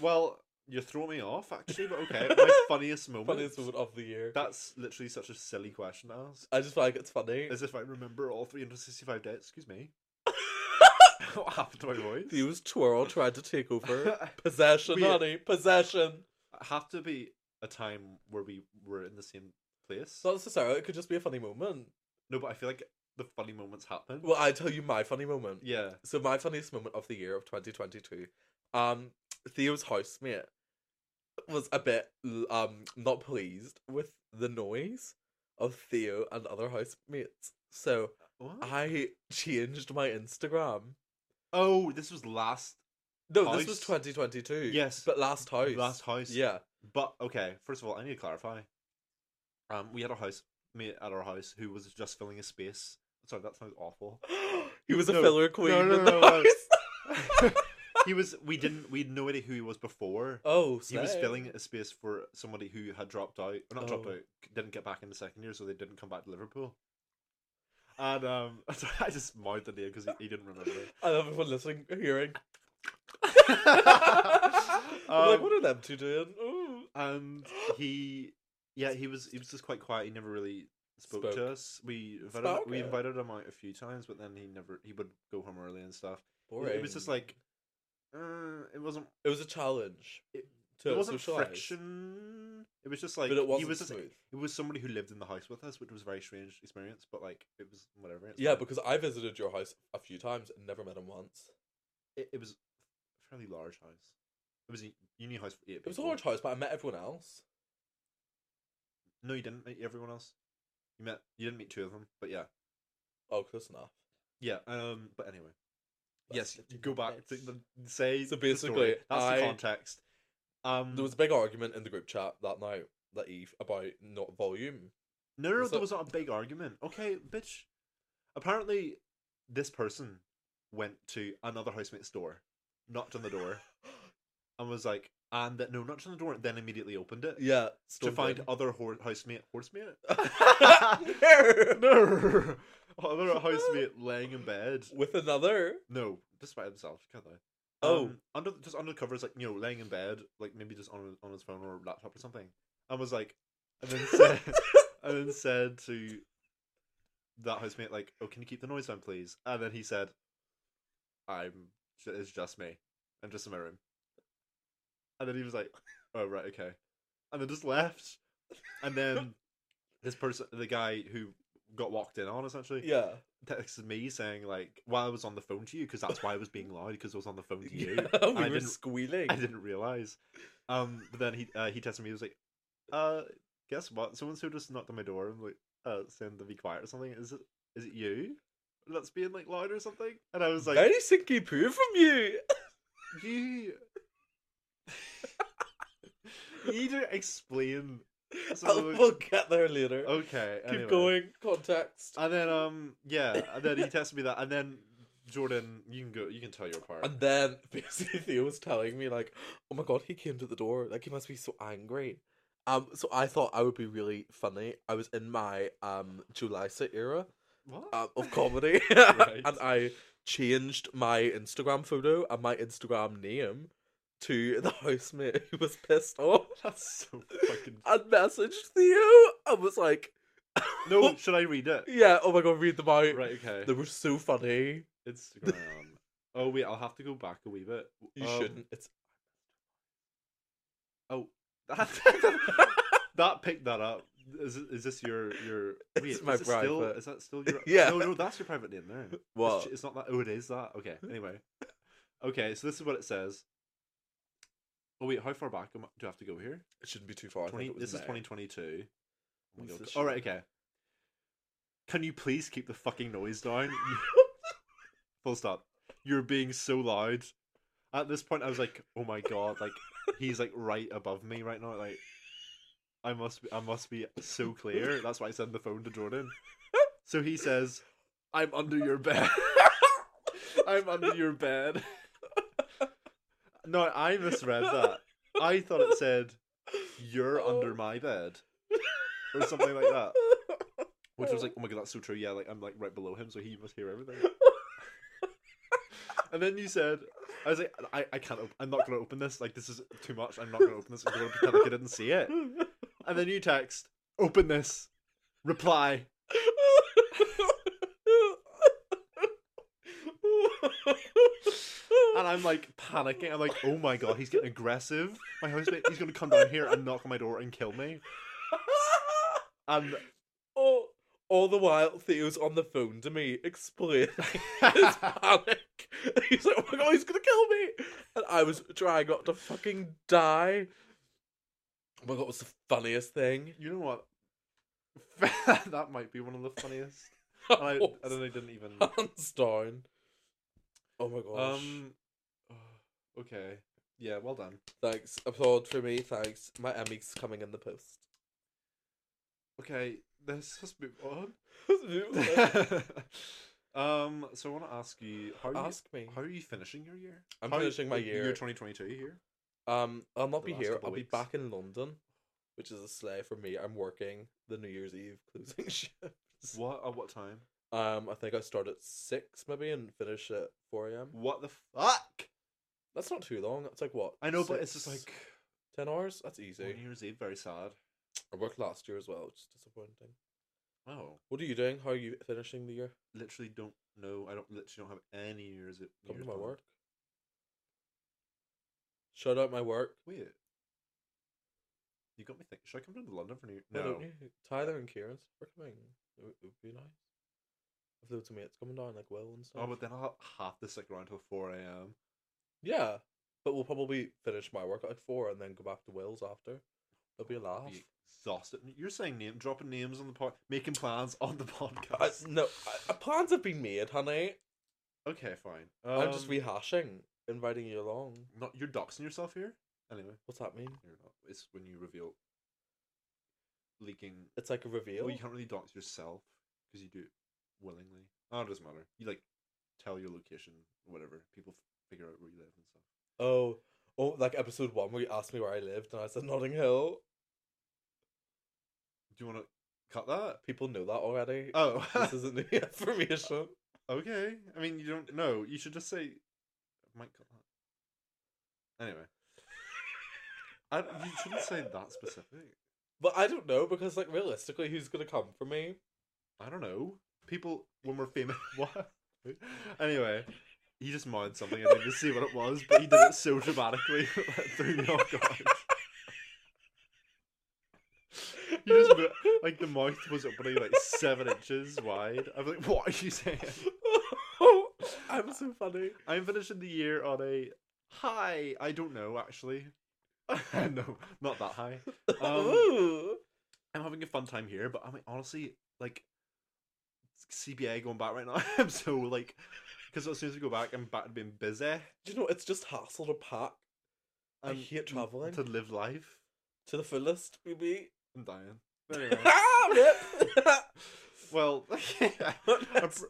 Speaker 1: Well, you throw me off actually, but (laughs) okay. My funniest moment.
Speaker 2: funniest moment of the year.
Speaker 1: That's literally such a silly question to ask.
Speaker 2: I just feel like it's funny.
Speaker 1: As if I remember all 365 days. Excuse me. (laughs) what happened to my voice?
Speaker 2: He was twirl trying to
Speaker 1: (laughs)
Speaker 2: take over possession,
Speaker 1: We-
Speaker 2: honey. Possession.
Speaker 1: have to be a time where we were in the same place.
Speaker 2: It's not necessarily. It could just be a funny moment.
Speaker 1: No, but I feel like the funny moments happen.
Speaker 2: Well, I tell you my funny moment.
Speaker 1: yeah.
Speaker 2: So my funniest moment of the year of 2022, um, Theo's housemate was a bit l- um not pleased with the noise of Theo and other housemates. So
Speaker 1: What?
Speaker 2: I changed my Instagram.
Speaker 1: oh, this was last.
Speaker 2: No, this was
Speaker 1: House?
Speaker 2: 2022.
Speaker 1: Yes.
Speaker 2: but last house.
Speaker 1: Last house.
Speaker 2: Yeah. (gasps)
Speaker 1: But okay, first of all, I need to clarify. Um, we had a housemate at our house who was just filling a space. Sorry, that sounds awful.
Speaker 2: He was a
Speaker 1: No,
Speaker 2: filler queen.
Speaker 1: no,
Speaker 2: in
Speaker 1: no,
Speaker 2: the
Speaker 1: no, (laughs) no.
Speaker 2: house.
Speaker 1: (laughs) he was. We didn't. We had no idea who he was before.
Speaker 2: Oh,
Speaker 1: he was
Speaker 2: sick.
Speaker 1: filling a space for somebody who had dropped out, or not dropped
Speaker 2: Oh.
Speaker 1: out, c- didn't get back in the second year, so they didn't come back to Liverpool. And um, (laughs) I just mouthed the name because he, he didn't remember.
Speaker 2: I love everyone listening, hearing.
Speaker 1: (laughs)
Speaker 2: (laughs) I'm like,
Speaker 1: Um,
Speaker 2: what are them two doing? Ooh.
Speaker 1: and he, yeah, he was he was just quite quiet. He never really spoke, to
Speaker 2: Spoke.
Speaker 1: us. We invited,
Speaker 2: Spoke,
Speaker 1: we
Speaker 2: yeah.
Speaker 1: invited him out a few times, but then he never he would go home early and stuff.
Speaker 2: Boring.
Speaker 1: It was just like, uh, it wasn't
Speaker 2: it was a challenge.
Speaker 1: It-
Speaker 2: to
Speaker 1: it wasn't
Speaker 2: socialise,
Speaker 1: friction. It was just like
Speaker 2: but it
Speaker 1: he
Speaker 2: wasn't
Speaker 1: was just
Speaker 2: smooth.
Speaker 1: It was somebody who lived in the house with us, which was a very strange experience, but like it was whatever. it's
Speaker 2: Yeah,
Speaker 1: fine.
Speaker 2: because I visited your house a few times and never met him once.
Speaker 1: it, it was a fairly large house. It was a uni house for eight
Speaker 2: It was a
Speaker 1: people.
Speaker 2: large house, but I met everyone else.
Speaker 1: No, you didn't meet everyone else. You met you didn't meet two of them, but yeah,
Speaker 2: Oh, close enough.
Speaker 1: yeah. Um, but anyway,
Speaker 2: Let's
Speaker 1: yes,
Speaker 2: get
Speaker 1: you
Speaker 2: to
Speaker 1: go
Speaker 2: the
Speaker 1: back to
Speaker 2: bits.
Speaker 1: the say. the
Speaker 2: So
Speaker 1: story.
Speaker 2: basically,
Speaker 1: that's the
Speaker 2: I-
Speaker 1: context. Um,
Speaker 2: There was a big argument in the group chat that night, that eve, about not volume.
Speaker 1: No, no, no,
Speaker 2: It's
Speaker 1: there
Speaker 2: not-
Speaker 1: was not a big argument. Okay, bitch. Apparently, this person went to another housemate's door, knocked on the
Speaker 2: (laughs)
Speaker 1: door, and was like, and that no, knocked on the door, and then immediately opened it
Speaker 2: Yeah,
Speaker 1: to
Speaker 2: stormed
Speaker 1: find
Speaker 2: in.
Speaker 1: other hor- housemate, horsemate,
Speaker 2: (laughs) No.
Speaker 1: (laughs) no,
Speaker 2: (laughs)
Speaker 1: other housemate laying in bed.
Speaker 2: with another.
Speaker 1: No, just by himself, can't they?
Speaker 2: Oh.
Speaker 1: Um, under just under the covers, like you know, laying in bed, like maybe just on on his phone or laptop or something, and was like, and then said, and then said to that housemate, like, "Oh, can you keep the noise down, please?" And then he said, "I'm it's just me, I'm just in my room." And then he was like, "Oh right, okay," and then just left. And then this person, the guy who got walked in on, essentially,
Speaker 2: Yeah, (laughs)
Speaker 1: texted me saying like while I was on the phone to you because that's why I was
Speaker 2: (laughs)
Speaker 1: being loud because I was on the phone to you.
Speaker 2: Yeah,
Speaker 1: and
Speaker 2: we
Speaker 1: I
Speaker 2: were
Speaker 1: didn't
Speaker 2: squealing.
Speaker 1: I didn't realize. Um, but then he uh, he texted me. He was like, "Uh, guess what? Someone so just knocked on my door and like uh saying to be quiet or something. Is it is it you?" That's being like loud or something, and I was like,
Speaker 2: Very sinky poo from you.
Speaker 1: "You, (laughs) you need to explain." So,
Speaker 2: I'll- (laughs) we'll get there later.
Speaker 1: okay,
Speaker 2: Keep
Speaker 1: anyway.
Speaker 2: going. Context.
Speaker 1: And then um, yeah, and then he
Speaker 2: (laughs)
Speaker 1: texted me that, and then Jordan, you can go, you can tell your part.
Speaker 2: And then (laughs) basically Theo was telling me like, "Oh my god, he came to the door. Like he must be so angry." Um, so I thought I would be really funny. I was in my um Julissa era
Speaker 1: what?
Speaker 2: um, of comedy,
Speaker 1: (laughs)
Speaker 2: (laughs)
Speaker 1: Right.
Speaker 2: and I changed my Instagram photo and my Instagram name to the housemate who was pissed off.
Speaker 1: (laughs) That's so fucking.
Speaker 2: And messaged Theo. I was like,
Speaker 1: No, should I read it?
Speaker 2: "Yeah, oh my god, read them out.
Speaker 1: Right, okay.
Speaker 2: They were so funny. (laughs)
Speaker 1: Instagram. oh wait, I'll have to go back a wee bit.
Speaker 2: You
Speaker 1: Um,
Speaker 2: shouldn't. It's
Speaker 1: Oh, (laughs)
Speaker 2: (laughs)
Speaker 1: that, that picked that up. Is, it- is this your your?
Speaker 2: It's
Speaker 1: Wait,
Speaker 2: my
Speaker 1: is it still,
Speaker 2: private.
Speaker 1: Is that still your?
Speaker 2: (laughs) Yeah.
Speaker 1: No, no, that's your private name there. It's
Speaker 2: What?
Speaker 1: j- It's, not that. Oh, it is that.
Speaker 2: (laughs)
Speaker 1: Okay. Anyway. Okay, so this is what it says. Oh wait, how far back am I, do I have to go here?
Speaker 2: it shouldn't be too far. Oh, I think
Speaker 1: 20,
Speaker 2: it was
Speaker 1: this is
Speaker 2: May.
Speaker 1: 2022. Oh my
Speaker 2: This
Speaker 1: God.
Speaker 2: is
Speaker 1: All right, okay. Can you please keep the fucking noise down? You- Full stop. You're being so loud. At this point, I was like, oh my god, like he's like right above me right now. Like I must, be, I must be so clear. That's why I sent the phone to Jordan. So he says, "I'm under your bed." (laughs) I'm under your bed. No, I misread that. I thought it said, "You're under my bed," or something like that. Which was like, "Oh my god, that's so true." Yeah, like I'm like right below him, so he must hear everything. and then you said, "I was like, I, I can't. Op- I'm not gonna open this. Like this is too much. I'm not gonna open this. I'm gonna pretend like I didn't see it." And then you text, "Open this." Reply. And I'm like panicking. I'm like, oh my god, he's getting aggressive. My husband, he's gonna come down here and knock on my door and kill me. And
Speaker 2: (laughs) all, all the while, Theo's on the phone to me, explaining
Speaker 1: (laughs)
Speaker 2: his panic. He's like, "Oh my god, he's gonna kill me!" And I was trying not to fucking die. Oh my god, what's the funniest thing?
Speaker 1: you know what? (laughs) that might be one of the funniest. And
Speaker 2: (laughs)
Speaker 1: I, I don't know, didn't even.
Speaker 2: Hands down. Oh my gosh.
Speaker 1: Um. (sighs) Okay. Yeah. Well done.
Speaker 2: thanks. Applaud for me. Thanks. My Emmy's coming in the post.
Speaker 1: Okay. Let's just move (laughs) on. (laughs) um. So I want to ask you how are
Speaker 2: Ask
Speaker 1: you,
Speaker 2: me.
Speaker 1: how are you finishing your year?
Speaker 2: I'm
Speaker 1: How are you-
Speaker 2: finishing my
Speaker 1: like,
Speaker 2: year.
Speaker 1: Year 2022 here.
Speaker 2: Um, I'll not
Speaker 1: the
Speaker 2: be
Speaker 1: last
Speaker 2: here.
Speaker 1: couple
Speaker 2: I'll be
Speaker 1: weeks.
Speaker 2: back in London, which is a slay for me. I'm working the New Year's Eve (laughs) closing shifts.
Speaker 1: What? At what time?
Speaker 2: Um, I think I start at six maybe and finish at four a.m.
Speaker 1: What the fuck?
Speaker 2: That's not too long. It's like what?
Speaker 1: I know, but it's just
Speaker 2: six,
Speaker 1: like
Speaker 2: ten hours. That's
Speaker 1: New
Speaker 2: easy.
Speaker 1: Year's Eve. Very sad.
Speaker 2: I worked last year as well, which is disappointing.
Speaker 1: Oh,
Speaker 2: What are you doing? How are you finishing the year?
Speaker 1: literally don't know. I don't literally don't have any New Year's. New
Speaker 2: Come to
Speaker 1: Year's
Speaker 2: my
Speaker 1: planned.
Speaker 2: work. Shout out my work.
Speaker 1: Wait, you got me thinking. Should I come down to London for New?
Speaker 2: Why
Speaker 1: No,
Speaker 2: don't you? Tyler and Kieran's are coming. It would, it would be nice. I've loads of mates coming down, like Will and stuff.
Speaker 1: oh, but then I'll have half the stick around till four a.m.
Speaker 2: Yeah, but we'll probably finish my work at like four and then go back to Will's after. It'll be a
Speaker 1: I'll
Speaker 2: laugh.
Speaker 1: be exhausted. You're saying name dropping names on the pod, making plans on the (laughs) podcast.
Speaker 2: I, no, I, plans have been made, honey.
Speaker 1: okay, fine.
Speaker 2: I'm just
Speaker 1: Um,
Speaker 2: rehashing, inviting you along.
Speaker 1: Not you're doxing yourself here. Anyway,
Speaker 2: What's that mean?
Speaker 1: you're not. It's when you reveal leaking.
Speaker 2: It's like a reveal.
Speaker 1: Well, you can't really dox yourself because you do it willingly. Oh, it doesn't matter. You like tell your location, whatever. People f- figure out where you live and stuff.
Speaker 2: Oh, oh, like episode one where you asked me where I lived and I said Notting Hill.
Speaker 1: Do you want to cut that?
Speaker 2: People know that already. this
Speaker 1: Oh,
Speaker 2: isn't
Speaker 1: (laughs)
Speaker 2: new information.
Speaker 1: okay. I mean, you don't know. You should just say, I might cut that. Anyway. I, you shouldn't say that specific.
Speaker 2: But I don't know because, like, realistically, who's gonna come for me?
Speaker 1: I don't know. People, when we're famous. (laughs) What? Anyway, he just mouthed something. I didn't see what it was, but he did it so dramatically (laughs) that it threw me oh off guard. (laughs) He just mo- (laughs)
Speaker 2: (laughs)
Speaker 1: like the mouth was opening like seven inches wide. I was like, "What are you saying?"
Speaker 2: (laughs) I'm so funny.
Speaker 1: I'm finishing the year on a high. I don't know actually. (laughs) no, not that high. Um,
Speaker 2: (laughs) Ooh.
Speaker 1: I'm having a fun time here, but I mean, honestly, like CBA going back right now, (laughs) I'm so like, because as soon as we go back, I'm back to being busy.
Speaker 2: Do you know it's just hassle to pack I
Speaker 1: and
Speaker 2: hate travelling.
Speaker 1: to live life.
Speaker 2: to the fullest, maybe.
Speaker 1: I'm dying.
Speaker 2: (laughs)
Speaker 1: Anyway,
Speaker 2: ah,
Speaker 1: (laughs)
Speaker 2: rip.
Speaker 1: well, (laughs)
Speaker 2: (laughs)
Speaker 1: I'm
Speaker 2: That's-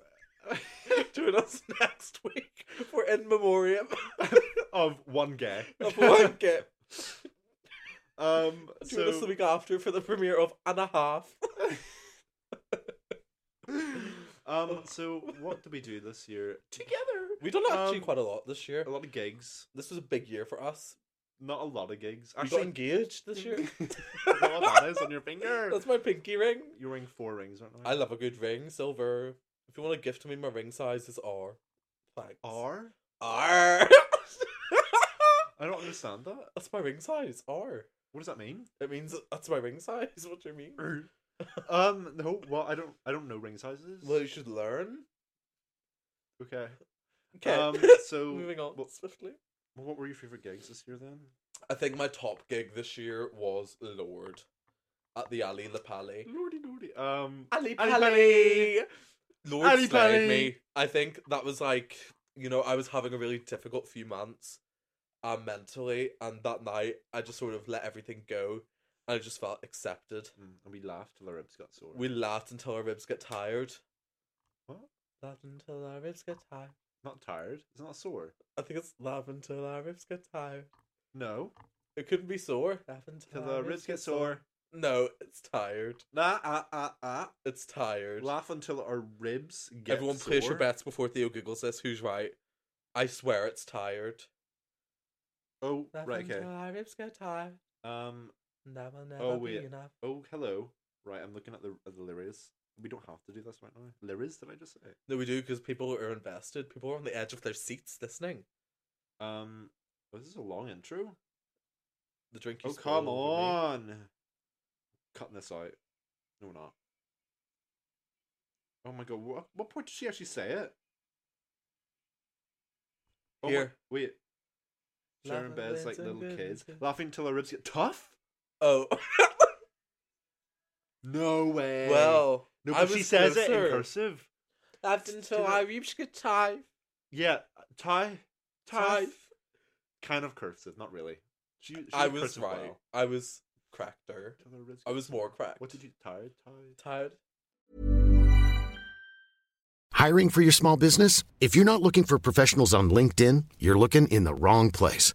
Speaker 2: Join us next week for in memoriam
Speaker 1: pr- (laughs) of one gay.
Speaker 2: of (laughs) one game.
Speaker 1: (laughs) Um,
Speaker 2: Join us the
Speaker 1: so
Speaker 2: week after for the premiere of and a (laughs) half.
Speaker 1: um, so what did we do this year? Together,
Speaker 2: We've done actually
Speaker 1: Um,
Speaker 2: quite a lot this year.
Speaker 1: a lot of gigs.
Speaker 2: This was a big year for us.
Speaker 1: Not a lot of gigs.
Speaker 2: We
Speaker 1: Actually,
Speaker 2: got engaged this year.
Speaker 1: (laughs)
Speaker 2: (laughs)
Speaker 1: I don't know what that is on your finger.
Speaker 2: That's my pinky ring.
Speaker 1: You're wearing four rings right now.
Speaker 2: I love a good ring, silver. If you want to gift me, my ring size is R. Thanks.
Speaker 1: R?
Speaker 2: R. (laughs)
Speaker 1: I don't understand that.
Speaker 2: that's my ring size. R.
Speaker 1: What does that
Speaker 2: (laughs)
Speaker 1: mean?
Speaker 2: It means that's my ring size. (laughs) What do you mean?
Speaker 1: um, no. Well, I don't. I don't know ring sizes.
Speaker 2: Well, you should learn.
Speaker 1: okay.
Speaker 2: Okay.
Speaker 1: Um, so
Speaker 2: (laughs) Moving on
Speaker 1: What,
Speaker 2: swiftly.
Speaker 1: what were your favorite gigs this year then?
Speaker 2: I think my top gig this year was Lord at the Alley Le Palais.
Speaker 1: Lordy lordy. Um,
Speaker 2: Ali
Speaker 1: Pally!
Speaker 2: Lord
Speaker 1: Ali Pally!
Speaker 2: slayed me. I think that was like you know I was having a really difficult few months, um, mentally, and that night I just sort of let everything go, and I just felt accepted.
Speaker 1: mm, and we laughed till our ribs got sore.
Speaker 2: We laughed until our ribs get tired.
Speaker 1: What?
Speaker 2: Laughed until our ribs get tired.
Speaker 1: not tired. It's not sore.
Speaker 2: I think it's laugh until our ribs get tired.
Speaker 1: No.
Speaker 2: It couldn't be sore. Laugh until
Speaker 1: Till the uh, ribs get sore.
Speaker 2: No, it's tired.
Speaker 1: Nah, ah, ah, ah.
Speaker 2: It's tired.
Speaker 1: Laugh until our ribs get
Speaker 2: Everyone
Speaker 1: sore.
Speaker 2: place your bets before Theo giggles this. Who's right? I swear it's tired.
Speaker 1: Oh, right, okay.
Speaker 2: our ribs get tired.
Speaker 1: Um,
Speaker 2: That will never
Speaker 1: oh,
Speaker 2: be
Speaker 1: wait.
Speaker 2: enough.
Speaker 1: Oh, hello. Right, I'm looking at the, at the lyrics. We don't have to do this right now. Lyrics, did I just say?
Speaker 2: No, we do because people are invested. People are on the edge of their seats listening.
Speaker 1: Um, oh, this is a long intro.
Speaker 2: The drink you
Speaker 1: Oh,
Speaker 2: stole
Speaker 1: come
Speaker 2: over me.
Speaker 1: on. Cutting this out. No, we're not. Oh my god, what, what point did she actually say it? Oh,
Speaker 2: Here.
Speaker 1: Wait. wait. Sharing
Speaker 2: Laughing
Speaker 1: beds like
Speaker 2: beds and
Speaker 1: little
Speaker 2: good
Speaker 1: kids.
Speaker 2: and good.
Speaker 1: Laughing till our ribs get tough? (laughs)
Speaker 2: Oh, (laughs)
Speaker 1: No way.
Speaker 2: well.
Speaker 1: no,
Speaker 2: I
Speaker 1: but she
Speaker 2: was
Speaker 1: says it in
Speaker 2: closer.
Speaker 1: cursive.
Speaker 2: Laughed until
Speaker 1: Do
Speaker 2: I
Speaker 1: it.
Speaker 2: reached good time.
Speaker 1: Yeah, tie. Tie.
Speaker 2: Time.
Speaker 1: Kind of cursive, not really. She, she
Speaker 2: I
Speaker 1: did
Speaker 2: was
Speaker 1: cursive
Speaker 2: right.
Speaker 1: well.
Speaker 2: I was cracker.
Speaker 1: Till our ribs
Speaker 2: I
Speaker 1: get
Speaker 2: was more
Speaker 1: tough.
Speaker 2: cracked.
Speaker 1: What did you tie? Tie.
Speaker 2: Tired.
Speaker 4: Hiring for your small business? If you're not looking for professionals on LinkedIn, you're looking in the wrong place.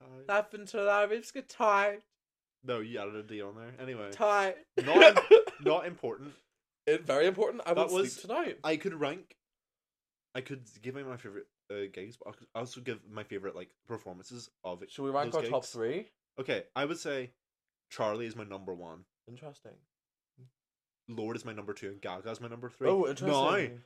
Speaker 1: Tie.
Speaker 2: Laugh until our ribs get tired.
Speaker 1: No, you added a D on there. Anyway,
Speaker 2: Tired.
Speaker 1: not
Speaker 2: (laughs)
Speaker 1: not important.
Speaker 2: It, very important. I
Speaker 1: That
Speaker 2: won't
Speaker 1: was-
Speaker 2: sleep tonight.
Speaker 1: I could rank. I could give me my favorite uh, gigs, but I could also give my favorite like performances of it.
Speaker 2: Should we rank
Speaker 1: those
Speaker 2: our top
Speaker 1: gigs.
Speaker 2: three?
Speaker 1: Okay, I would say Charlie is my number one.
Speaker 2: Interesting.
Speaker 1: Lord is my number two, and Gaga is my number three.
Speaker 2: Oh,
Speaker 1: No,
Speaker 2: interesting.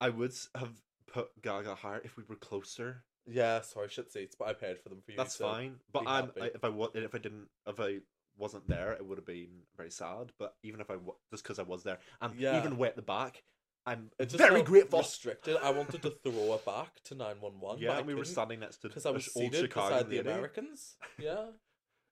Speaker 1: I would s- have put Gaga higher if we were closer.
Speaker 2: Yeah, sorry, shit seats, but I paid for them for you.
Speaker 1: That's
Speaker 2: so
Speaker 1: fine. But
Speaker 2: be
Speaker 1: I'm, uh, I,
Speaker 2: happy.
Speaker 1: if I wa- if I didn't if I wasn't there, it would have been very sad. But even if I wa- just because I was there, and
Speaker 2: Yeah.
Speaker 1: even way at the back, I'm
Speaker 2: It just
Speaker 1: very
Speaker 2: felt
Speaker 1: grateful.
Speaker 2: Restricted. I wanted to throw it back to nine one one.
Speaker 1: Yeah, and we were standing next to
Speaker 2: because I
Speaker 1: a
Speaker 2: was
Speaker 1: sh- old
Speaker 2: seated
Speaker 1: Chicago
Speaker 2: beside the
Speaker 1: lady. (laughs)
Speaker 2: Americans. Yeah,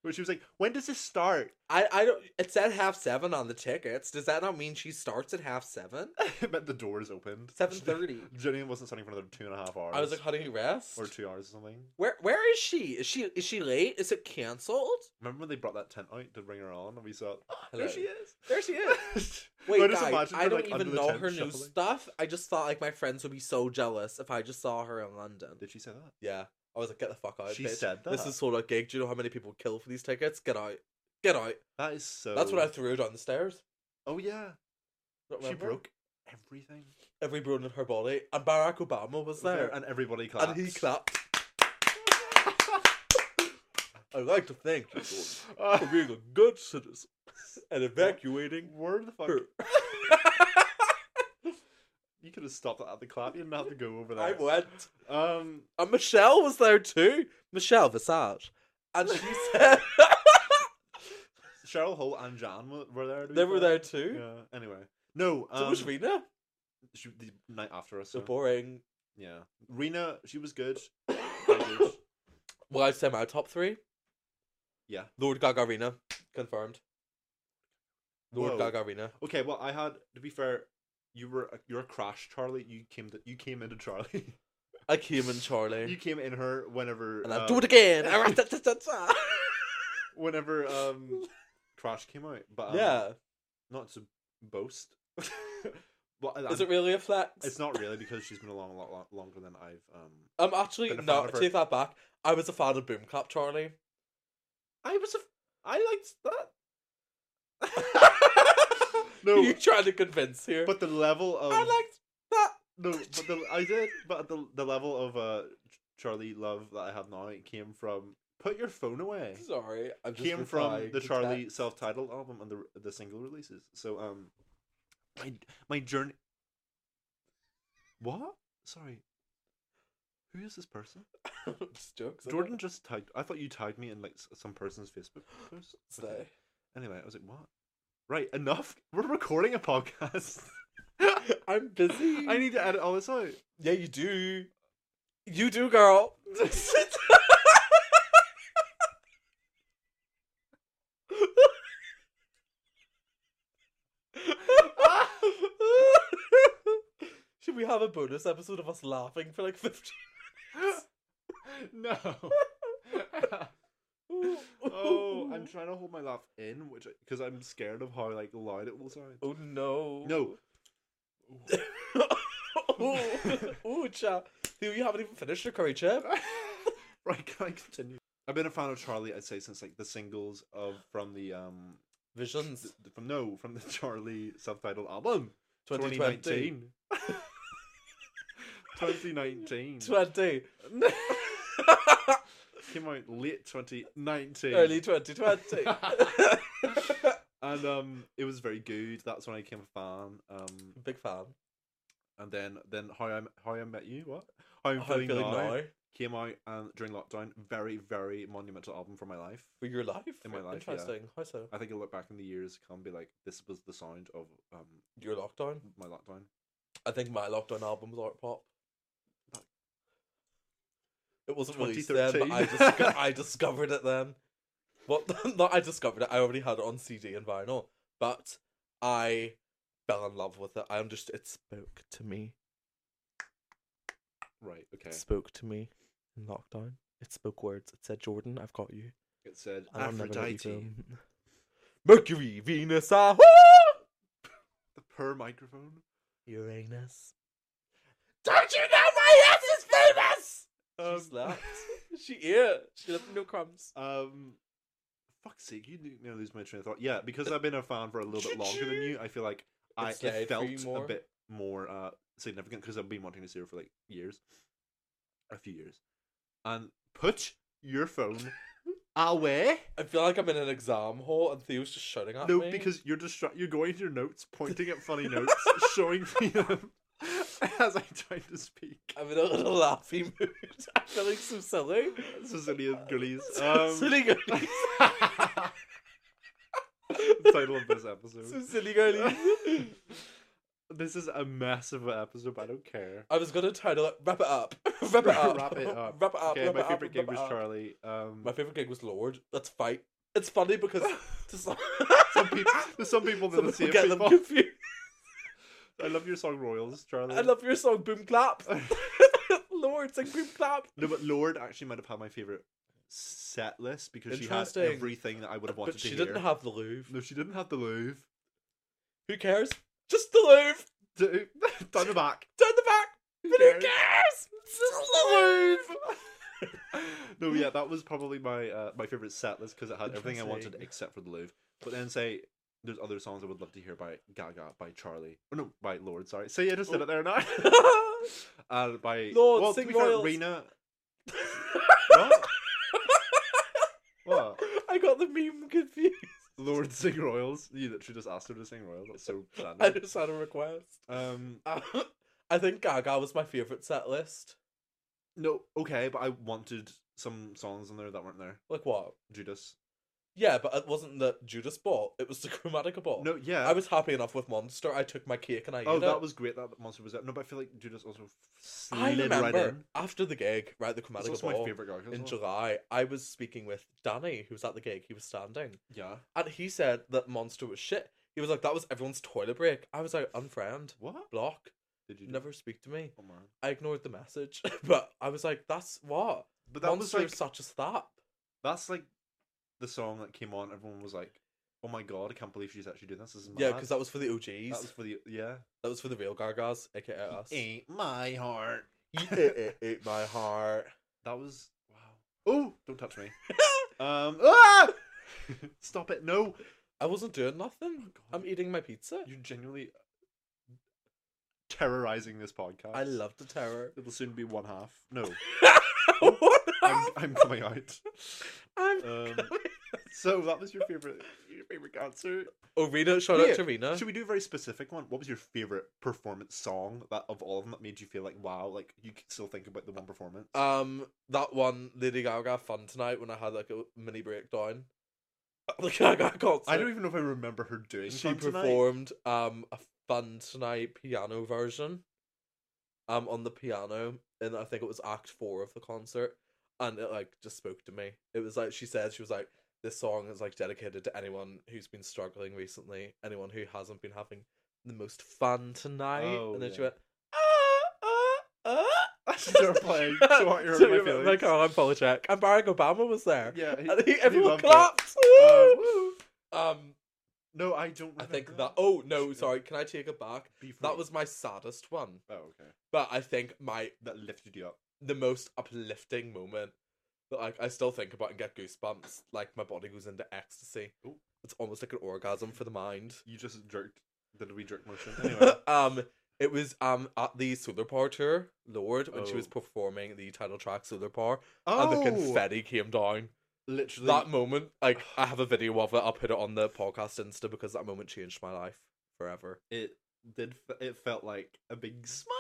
Speaker 1: Where she was like, "When does this start?" (laughs)
Speaker 2: I, I don't. It said half seven on the tickets. Does that not mean she starts at half (laughs) seven?
Speaker 1: but the doors opened. (laughs)
Speaker 2: 7:30.
Speaker 1: Jenny wasn't starting for another two and a half hours.
Speaker 2: I was like, how do you rest?
Speaker 1: or two hours or something.
Speaker 2: Where where is she? Is she is she late? Is it cancelled?
Speaker 1: Remember when they brought that tent out to bring her on, and we saw
Speaker 2: Hello.
Speaker 1: there she is.
Speaker 2: There she is.
Speaker 1: (laughs)
Speaker 2: Wait,
Speaker 1: I
Speaker 2: I,
Speaker 1: just
Speaker 2: guys,
Speaker 1: imagined
Speaker 2: I
Speaker 1: her,
Speaker 2: don't
Speaker 1: like, under
Speaker 2: even
Speaker 1: the
Speaker 2: know
Speaker 1: tent
Speaker 2: her new
Speaker 1: shuffling.
Speaker 2: stuff. I just thought like my friends would be so jealous if I just saw her in London.
Speaker 1: Did she say that?
Speaker 2: Yeah, I was like, get the fuck out.
Speaker 1: She
Speaker 2: bitch.
Speaker 1: said
Speaker 2: This
Speaker 1: that.
Speaker 2: is sort of gig. Do you know how many people kill for these tickets? Get out. Get out.
Speaker 1: That is so.
Speaker 2: That's what I threw down the stairs.
Speaker 1: Oh yeah,
Speaker 2: Don't
Speaker 1: she
Speaker 2: remember?
Speaker 1: broke everything.
Speaker 2: every bone in her body, and Barack Obama was there,
Speaker 1: and everybody clapped.
Speaker 2: and,
Speaker 1: (laughs)
Speaker 2: he clapped. I'd like to thank
Speaker 1: (laughs)
Speaker 2: you George, for
Speaker 1: Uh,
Speaker 2: being a good citizen and evacuating
Speaker 1: where the fuck?
Speaker 2: her.
Speaker 1: You could have stopped at the clap. You didn't have to go over
Speaker 2: (laughs) I
Speaker 1: there.
Speaker 2: went.
Speaker 1: Um,
Speaker 2: And Michelle was there too. Michelle Visage.
Speaker 1: (laughs)
Speaker 2: And she said (laughs)
Speaker 1: Cheryl Hole and Jan were- were there. to be
Speaker 2: they were
Speaker 1: fair.
Speaker 2: there too.
Speaker 1: Yeah. Anyway, no. Um,
Speaker 2: So was Rena.
Speaker 1: she- the night after us.
Speaker 2: So
Speaker 1: yeah.
Speaker 2: boring.
Speaker 1: Yeah. Rena, she was good. Very
Speaker 2: (coughs)
Speaker 1: good.
Speaker 2: Well, I'd say my top three.
Speaker 1: Yeah.
Speaker 2: Lord Gaga Rena. Confirmed. Lord
Speaker 1: Whoa.
Speaker 2: Gaga Rena.
Speaker 1: Okay, well, I had to be fair. You were a, you're a crash, Charlie. You came to, you came into Charlie. (laughs)
Speaker 2: I came in Charlie.
Speaker 1: you came in her whenever
Speaker 2: and I
Speaker 1: um,
Speaker 2: do it again. (laughs) Ah-ra-ta-ta-ta-ta.
Speaker 1: whenever
Speaker 2: (laughs)
Speaker 1: um Crash came out. But um,
Speaker 2: yeah.
Speaker 1: not to boast. (laughs) but I-
Speaker 2: Is
Speaker 1: I'm-
Speaker 2: it really a flex?
Speaker 1: It's not really because she's been along a lot lo- longer than I've. Um,
Speaker 2: I'm actually
Speaker 1: been a
Speaker 2: no.
Speaker 1: fan of her.
Speaker 2: Take that back. I was a fan of Boom Clap Charlie.
Speaker 1: I was a, I liked that.
Speaker 2: Who
Speaker 1: (laughs)
Speaker 2: (laughs)
Speaker 1: no,
Speaker 2: you trying to convince here?
Speaker 1: but um, the level of
Speaker 2: I liked that.
Speaker 1: no, but the, I did, but the the level of uh Charlie Love that I have now came from Put Your Phone Away.
Speaker 2: Sorry, I'm just
Speaker 1: Came from
Speaker 2: replying
Speaker 1: the
Speaker 2: to
Speaker 1: Charlie
Speaker 2: (laughs) that.
Speaker 1: self-titled album and the the single releases. So um, my my journey. What? Sorry. Who is this person?
Speaker 2: Just jokes. isn't
Speaker 1: Jordan
Speaker 2: it?
Speaker 1: just tagged. I thought you tagged me in like s- some person's Facebook post.
Speaker 2: Stay.
Speaker 1: Okay. Anyway, I was like, what? Right, enough. (laughs) We're recording a podcast. (laughs)
Speaker 2: I'm busy.
Speaker 1: I need to edit all this out.
Speaker 2: Yeah, you do. You do, girl. (laughs) Should we have a bonus episode of us laughing for like 15
Speaker 1: (gasps) (laughs) no.
Speaker 2: minutes?
Speaker 1: oh, I'm trying to hold my laugh in, which because I'm scared of how like loud it will sound.
Speaker 2: Oh no.
Speaker 1: No.
Speaker 2: (laughs) oh, oh, cha. Dude, you haven't even finished your curry
Speaker 1: (laughs)
Speaker 2: chip.
Speaker 1: Right, can I continue? I've been a fan of Charlie, I'd say, since like the singles of from the um
Speaker 2: Visions.
Speaker 1: th- from no from the (laughs) Charlie subtitle album
Speaker 2: 2020.
Speaker 1: (laughs) 2019. 2019
Speaker 2: 20.
Speaker 1: came out late 2019
Speaker 2: (laughs)
Speaker 1: (laughs)
Speaker 2: Early 2020.
Speaker 1: and um it was very good that's when i became a fan um
Speaker 2: Big fan.
Speaker 1: and then then how i how i met you what how i'm
Speaker 2: How
Speaker 1: feeling,
Speaker 2: I'm feeling
Speaker 1: now,
Speaker 2: now.
Speaker 1: came out and during lockdown very very monumental album for my life
Speaker 2: For your life?
Speaker 1: In my life, yeah.
Speaker 2: Interesting. How so?
Speaker 1: i think i'll look back in the years to come and be like this was the sound of um
Speaker 2: Your lockdown?
Speaker 1: my lockdown
Speaker 2: I think my lockdown album was art pop. It wasn't released then, but I,
Speaker 1: 2013. (laughs)
Speaker 2: disco- I discovered it then. Well, (laughs) not I discovered it. I already had it on CD and vinyl, but I fell in love with it. I understood. It spoke to me.
Speaker 1: right okay
Speaker 2: It spoke to me in lockdown. It spoke words. It said, "Jordan, I've got you."
Speaker 1: it said
Speaker 2: and I'll never let you
Speaker 1: aphrodite
Speaker 2: go." (laughs) Mercury, Venus, ah,
Speaker 1: the per microphone
Speaker 2: Uranus. Don't you know my ass is famous?
Speaker 1: Um,
Speaker 2: she slept. (laughs) she ate. She left me no crumbs.
Speaker 1: Um, fuck's sake, you didn't know lose my train of thought. Yeah, because I've been a fan for a little bit longer than you. I feel like I
Speaker 2: It's there
Speaker 1: it
Speaker 2: for
Speaker 1: felt
Speaker 2: you more.
Speaker 1: a bit more uh significant because I've been wanting to see her for like years, a few years. And put your
Speaker 2: (laughs)
Speaker 1: phone away.
Speaker 2: I feel like I'm in an exam hall and Theo's just shouting at
Speaker 1: no,
Speaker 2: me.
Speaker 1: because you're distra- You're going to your
Speaker 2: (laughs)
Speaker 1: notes, pointing at funny notes, showing (laughs) me them as I try to speak.
Speaker 2: (laughs) I'm in a little laughy (laughs) mood. I'm feeling so silly.
Speaker 1: Sicilian girlies.
Speaker 2: So
Speaker 1: Um, (laughs)
Speaker 2: silly girlies.
Speaker 1: title of this episode.
Speaker 2: (laughs) so silly girlies. (laughs)
Speaker 1: This is a massive episode, but I don't care.
Speaker 2: I was gonna title it Wrap It Up. Uh, (laughs) Wrap It Up.
Speaker 1: (laughs) Wrap it up.
Speaker 2: Wrap It Up.
Speaker 1: Okay,
Speaker 2: wrap
Speaker 1: my
Speaker 2: it up,
Speaker 1: favorite game
Speaker 2: wrap
Speaker 1: was
Speaker 2: it up.
Speaker 1: Charlie. Um,
Speaker 2: My favorite gig was Lord. Let's fight. It's funny because to some,
Speaker 1: (laughs) (laughs) some
Speaker 2: (laughs)
Speaker 1: people, there's some people
Speaker 2: some
Speaker 1: that see
Speaker 2: people
Speaker 1: it.
Speaker 2: get them
Speaker 1: people.
Speaker 2: confused.
Speaker 1: I love your song Royals, Charlie.
Speaker 2: I love your song Boom
Speaker 1: (laughs)
Speaker 2: Clap. (laughs) Lord, sing Boom Clap.
Speaker 1: No, but Lord actually might have had my favorite set list because she had
Speaker 2: Interesting.
Speaker 1: everything that I would have wanted
Speaker 2: But she
Speaker 1: to
Speaker 2: didn't
Speaker 1: hear.
Speaker 2: have the Louvre.
Speaker 1: No, she didn't have the Louvre. (laughs)
Speaker 2: Who cares? Just the Louvre.
Speaker 1: Do- Down the back.
Speaker 2: Turn the back. But who
Speaker 1: cares?
Speaker 2: cares? It's Just the Louvre.
Speaker 1: (laughs) No, yeah, that was probably my uh, my favorite set list because it had everything I wanted
Speaker 2: Interesting.
Speaker 1: except for the Louvre. But then say there's other songs I would love to hear by Gaga, by Charlie, or no, by Lord. Sorry, say I just did it there
Speaker 2: (laughs)
Speaker 1: now. (laughs) and by
Speaker 2: Oh. Lord,
Speaker 1: well, to
Speaker 2: sing
Speaker 1: be fair,
Speaker 2: Royals. (laughs)
Speaker 1: Rena. what? what?
Speaker 2: I got the meme confused.
Speaker 1: Lord sing Royals. You literally just asked her to sing Royals. That's so
Speaker 2: (laughs) I
Speaker 1: random.
Speaker 2: just had a request.
Speaker 1: Um,
Speaker 2: Uh, (laughs) I think Gaga was my favorite set list.
Speaker 1: no, okay, but I wanted some songs in there that weren't there.
Speaker 2: Like what?
Speaker 1: Judas.
Speaker 2: Yeah, but it wasn't the Judas ball. It was the (laughs) Chromatica ball.
Speaker 1: No, yeah.
Speaker 2: I was happy enough with Monster. I took my cake and I
Speaker 1: Oh,
Speaker 2: ate
Speaker 1: that
Speaker 2: it.
Speaker 1: was great. That monster was it. No, but I feel like Judas also f-
Speaker 2: I
Speaker 1: slid
Speaker 2: remember
Speaker 1: right in.
Speaker 2: after the gig, right, the
Speaker 1: That's
Speaker 2: Chromatica
Speaker 1: also
Speaker 2: ball.
Speaker 1: my favorite Gaga
Speaker 2: in
Speaker 1: song.
Speaker 2: July, I was speaking with Danny, who was at the gig. He was standing,
Speaker 1: Yeah.
Speaker 2: and he said that Monster was shit. He was like, "That was everyone's toilet break." I was like, "Unfriend,
Speaker 1: What?
Speaker 2: block,
Speaker 1: Did you do-
Speaker 2: never speak to me."
Speaker 1: Oh, man.
Speaker 2: I ignored the message, (laughs) but I was like, "That's what."
Speaker 1: But that
Speaker 2: Monster
Speaker 1: was
Speaker 2: is
Speaker 1: like
Speaker 2: such a stop.
Speaker 1: that's like the song that came on. Everyone was like, "Oh my god, I can't believe she's actually doing this." this is
Speaker 2: Yeah,
Speaker 1: mad."
Speaker 2: because that was for the OGs.
Speaker 1: That was for the yeah.
Speaker 2: That was for the real Gagas, aka us.
Speaker 1: Ain't my heart.
Speaker 2: (laughs) ate my heart.
Speaker 1: That was wow. Oh, don't touch
Speaker 2: (laughs)
Speaker 1: me. um, ah! (laughs) stop it! No,
Speaker 2: I wasn't doing nothing.
Speaker 1: God.
Speaker 2: I'm eating Oh my pizza.
Speaker 1: you're genuinely terrorizing this podcast.
Speaker 2: I love the terror.
Speaker 1: It'll soon be one half. No.
Speaker 2: (laughs) what
Speaker 1: I'm,
Speaker 2: happened?
Speaker 1: I'm coming out.
Speaker 2: I'm
Speaker 1: Um,
Speaker 2: coming.
Speaker 1: (laughs) So that was your favorite, your favorite concert.
Speaker 2: Oh, Rena, shout out
Speaker 1: Yeah,
Speaker 2: to Rena.
Speaker 1: Should we do a very specific one? What was your favorite performance song that of all of them that made you feel like wow, like you could still think about the one performance?
Speaker 2: Um, that one Lady Gaga fun tonight when I had like a mini breakdown. (laughs) The Gaga concert.
Speaker 1: I don't even know if I remember her doing.
Speaker 2: She
Speaker 1: Fun Tonight.
Speaker 2: performed um a fun tonight piano version, um on the piano, and I think it was Act Four of the concert, and it like just spoke to me. It was like she said she was like this song is like dedicated to anyone who's been struggling recently, anyone who hasn't been having the most fun tonight,
Speaker 1: Oh,
Speaker 2: and then she
Speaker 1: yeah.
Speaker 2: went. "Ah, ah, ah."
Speaker 1: Started playing, (laughs) so
Speaker 2: (laughs)
Speaker 1: I hurt my
Speaker 2: Like,
Speaker 1: feelings.
Speaker 2: oh, I'm Polachek. And Barack Obama was there.
Speaker 1: Yeah, he-
Speaker 2: and he,
Speaker 1: he
Speaker 2: everyone
Speaker 1: loved it.
Speaker 2: clapped.
Speaker 1: Uh,
Speaker 2: Woo! um,
Speaker 1: No, I don't.
Speaker 2: I think
Speaker 1: remember
Speaker 2: that. Oh no, sorry. Can I take it back?
Speaker 1: Be free.
Speaker 2: That was my saddest one,
Speaker 1: Oh, okay.
Speaker 2: but I think my
Speaker 1: That lifted you up.
Speaker 2: the most uplifting moment that like I still think about and get goosebumps. Like my body goes into ecstasy.
Speaker 1: Ooh.
Speaker 2: It's almost like an orgasm for the mind.
Speaker 1: You just jerked. Did we jerk
Speaker 2: (laughs)
Speaker 1: motion? Anyway,
Speaker 2: um, it was um at the Solar Power tour, Lord, when she was
Speaker 1: Oh.
Speaker 2: performing the title track Solar Power,
Speaker 1: oh,
Speaker 2: and the confetti came down.
Speaker 1: literally
Speaker 2: That moment, like I have a video of it. I'll put it on the podcast Insta because that moment changed my life forever.
Speaker 1: it did. f- It felt like a big smile.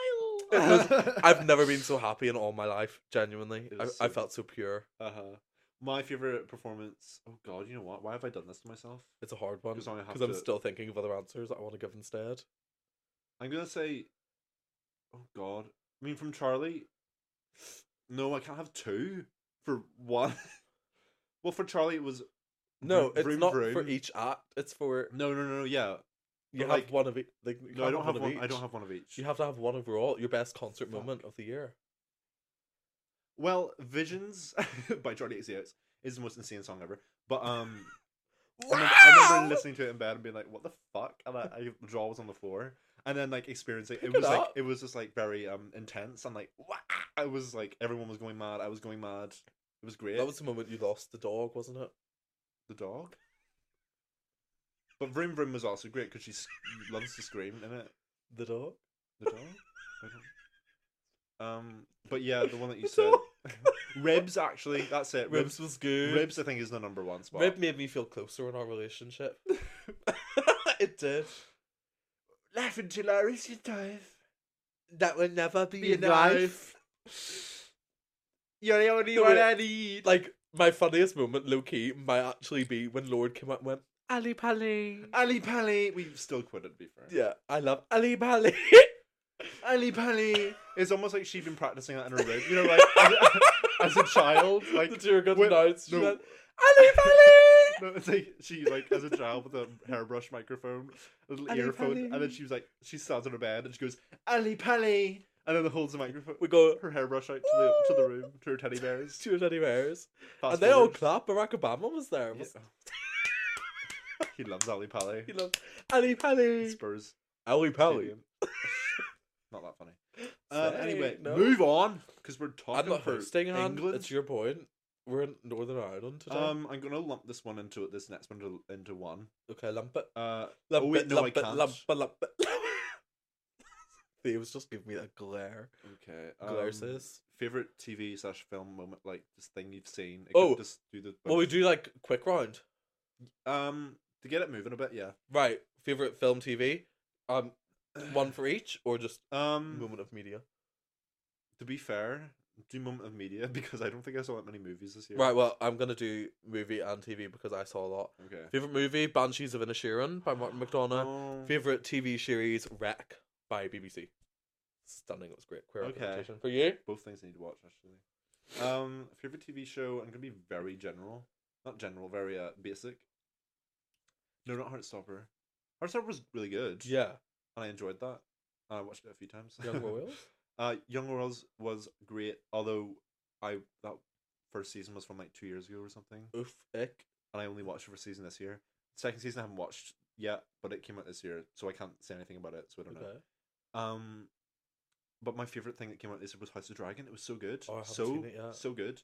Speaker 1: (laughs)
Speaker 2: It was- I've never been so happy in all my life. Genuinely,
Speaker 1: It
Speaker 2: I,
Speaker 1: was
Speaker 2: I
Speaker 1: so-
Speaker 2: felt so pure.
Speaker 1: Uh huh. My favorite performance. Oh God, you know what? Why have I done this to myself?
Speaker 2: It's a hard one
Speaker 1: 'Cause
Speaker 2: because
Speaker 1: I have
Speaker 2: I'm
Speaker 1: to-
Speaker 2: still thinking of other answers that I want to give instead.
Speaker 1: I'm gonna say. Oh God. I mean, from Charlie. No, I can't have two for one. (laughs) well, for Charlie it was.
Speaker 2: No,
Speaker 1: Vroom,
Speaker 2: it's
Speaker 1: vroom,
Speaker 2: not for
Speaker 1: vroom.
Speaker 2: each act. It's for
Speaker 1: No, no, no, no. Yeah.
Speaker 2: you have
Speaker 1: like-
Speaker 2: one of each. Like, you
Speaker 1: No, I
Speaker 2: can't
Speaker 1: don't have
Speaker 2: of
Speaker 1: one. I
Speaker 2: each.
Speaker 1: don't have one of each.
Speaker 2: You have to have one overall. Your best concert
Speaker 1: Fuck.
Speaker 2: moment of the year.
Speaker 1: Well, Visions (laughs) by Charlie XCX is the most insane song ever. But
Speaker 2: (laughs)
Speaker 1: um, I, remember, I remember listening to it in bed and being like, "What the fuck?" And I, I my jaw was on the floor. And then like experiencing it
Speaker 2: Pick
Speaker 1: was
Speaker 2: it
Speaker 1: like
Speaker 2: up.
Speaker 1: it was just like very um intense. I'm like, "Wah!" I was like everyone was going mad. I was going mad. It was great.
Speaker 2: That was the moment you lost the dog, wasn't it?
Speaker 1: the dog. But Vroom Vroom was also great because she s- loves to scream in it.
Speaker 2: The dog.
Speaker 1: The dog.
Speaker 2: (laughs)
Speaker 1: I don't- Um, but yeah, the one that you
Speaker 2: The
Speaker 1: said,
Speaker 2: dog.
Speaker 1: (laughs) ribs. Actually, that's it.
Speaker 2: Ribs
Speaker 1: Ribs.
Speaker 2: was good.
Speaker 1: Ribs, I think, is the number one spot.
Speaker 2: Rib made me feel closer in
Speaker 1: (laughs)
Speaker 2: our relationship. (laughs) it did.
Speaker 1: Laugh until I reach your dive.
Speaker 2: That will never
Speaker 1: Be a knife. You're the only
Speaker 2: No, wait.
Speaker 1: need.
Speaker 2: Like my funniest moment, low key, might actually be when Lord came out and went Ali Pali.
Speaker 1: Ali Pali. We still quit it, to be fair.
Speaker 2: Yeah, I love Ali Pali.
Speaker 1: Ali Pali. It's almost like she'd been practicing that in her room. You know, like as, as a (laughs) child. (laughs) Like
Speaker 2: the tour got
Speaker 1: when-
Speaker 2: announced.
Speaker 1: no.
Speaker 2: She went, Ali Pali.
Speaker 1: (laughs) No, (laughs) it's like she like as a child with a hairbrush microphone, a little
Speaker 2: Ali
Speaker 1: earphone,
Speaker 2: Pali.
Speaker 1: and then she was like she stands on her bed and she goes Ali Pali, and then holds the microphone.
Speaker 2: We go-
Speaker 1: her hairbrush out to the, to the room to her teddy bears.
Speaker 2: Two Teddy Bears.
Speaker 1: Fast
Speaker 2: and they all
Speaker 1: forward.
Speaker 2: clap. Barack Obama was there.
Speaker 1: Yeah.
Speaker 2: was
Speaker 1: he loves Ali Pali.
Speaker 2: He loved Ali Pali.
Speaker 1: Spurs.
Speaker 2: Ali Pali.
Speaker 1: Stadium. Not that funny. Um,
Speaker 2: Say
Speaker 1: anyway,
Speaker 2: no.
Speaker 1: move on because we're talking
Speaker 2: I'm not
Speaker 1: for
Speaker 2: hosting, Han.
Speaker 1: England.
Speaker 2: It's your point. We're in Northern Ireland today.
Speaker 1: um, I'm gonna lump this one into this next one to, into one.
Speaker 2: okay, lump it.
Speaker 1: Uh,
Speaker 2: Lump
Speaker 1: oh wait,
Speaker 2: it,
Speaker 1: no,
Speaker 2: lump
Speaker 1: I can't.
Speaker 2: it, lump it, lump it.
Speaker 1: (laughs)
Speaker 2: He was just giving me that glare.
Speaker 1: Okay.
Speaker 2: Glare
Speaker 1: um,
Speaker 2: says.
Speaker 1: favorite TV slash film moment, like this thing you've seen. It could
Speaker 2: Oh,
Speaker 1: just do the
Speaker 2: Well, we do like quick round.
Speaker 1: um to get it moving a bit. Yeah.
Speaker 2: Right. Favorite film, TV. Um, one for each, or just
Speaker 1: Um,
Speaker 2: moment of media.
Speaker 1: to be fair, do moment of media (laughs) because I don't think I saw that many movies this year.
Speaker 2: Right. Well, I'm gonna do movie and TV because I saw a lot.
Speaker 1: Okay.
Speaker 2: Favorite movie: Banshees of Inisherin by Martin McDonough.
Speaker 1: Um,
Speaker 2: Favorite TV series: Wreck by BBC. Stunning. It was great. Queer
Speaker 1: Okay.
Speaker 2: representation for you.
Speaker 1: both things I need to watch actually. Um, favorite TV show. I'm gonna be very general, not general, very uh basic. No, not Heartstopper. Heartstopper was really good.
Speaker 2: Yeah.
Speaker 1: and I enjoyed that. And I watched it a few times.
Speaker 2: Young Royals.
Speaker 1: (laughs) uh, Young Royals was great, although I that first season was from like two years ago or something,
Speaker 2: (laughs) Oof. Ick.
Speaker 1: and I only watched the first season this year. Second season I haven't watched yet, but it came out this year, so I can't say anything about it. So I don't know.
Speaker 2: Okay.
Speaker 1: Um, but my favorite thing that came out this year was House of Dragon. It was so good,
Speaker 2: Oh, I haven't
Speaker 1: so
Speaker 2: seen it yet.
Speaker 1: so good.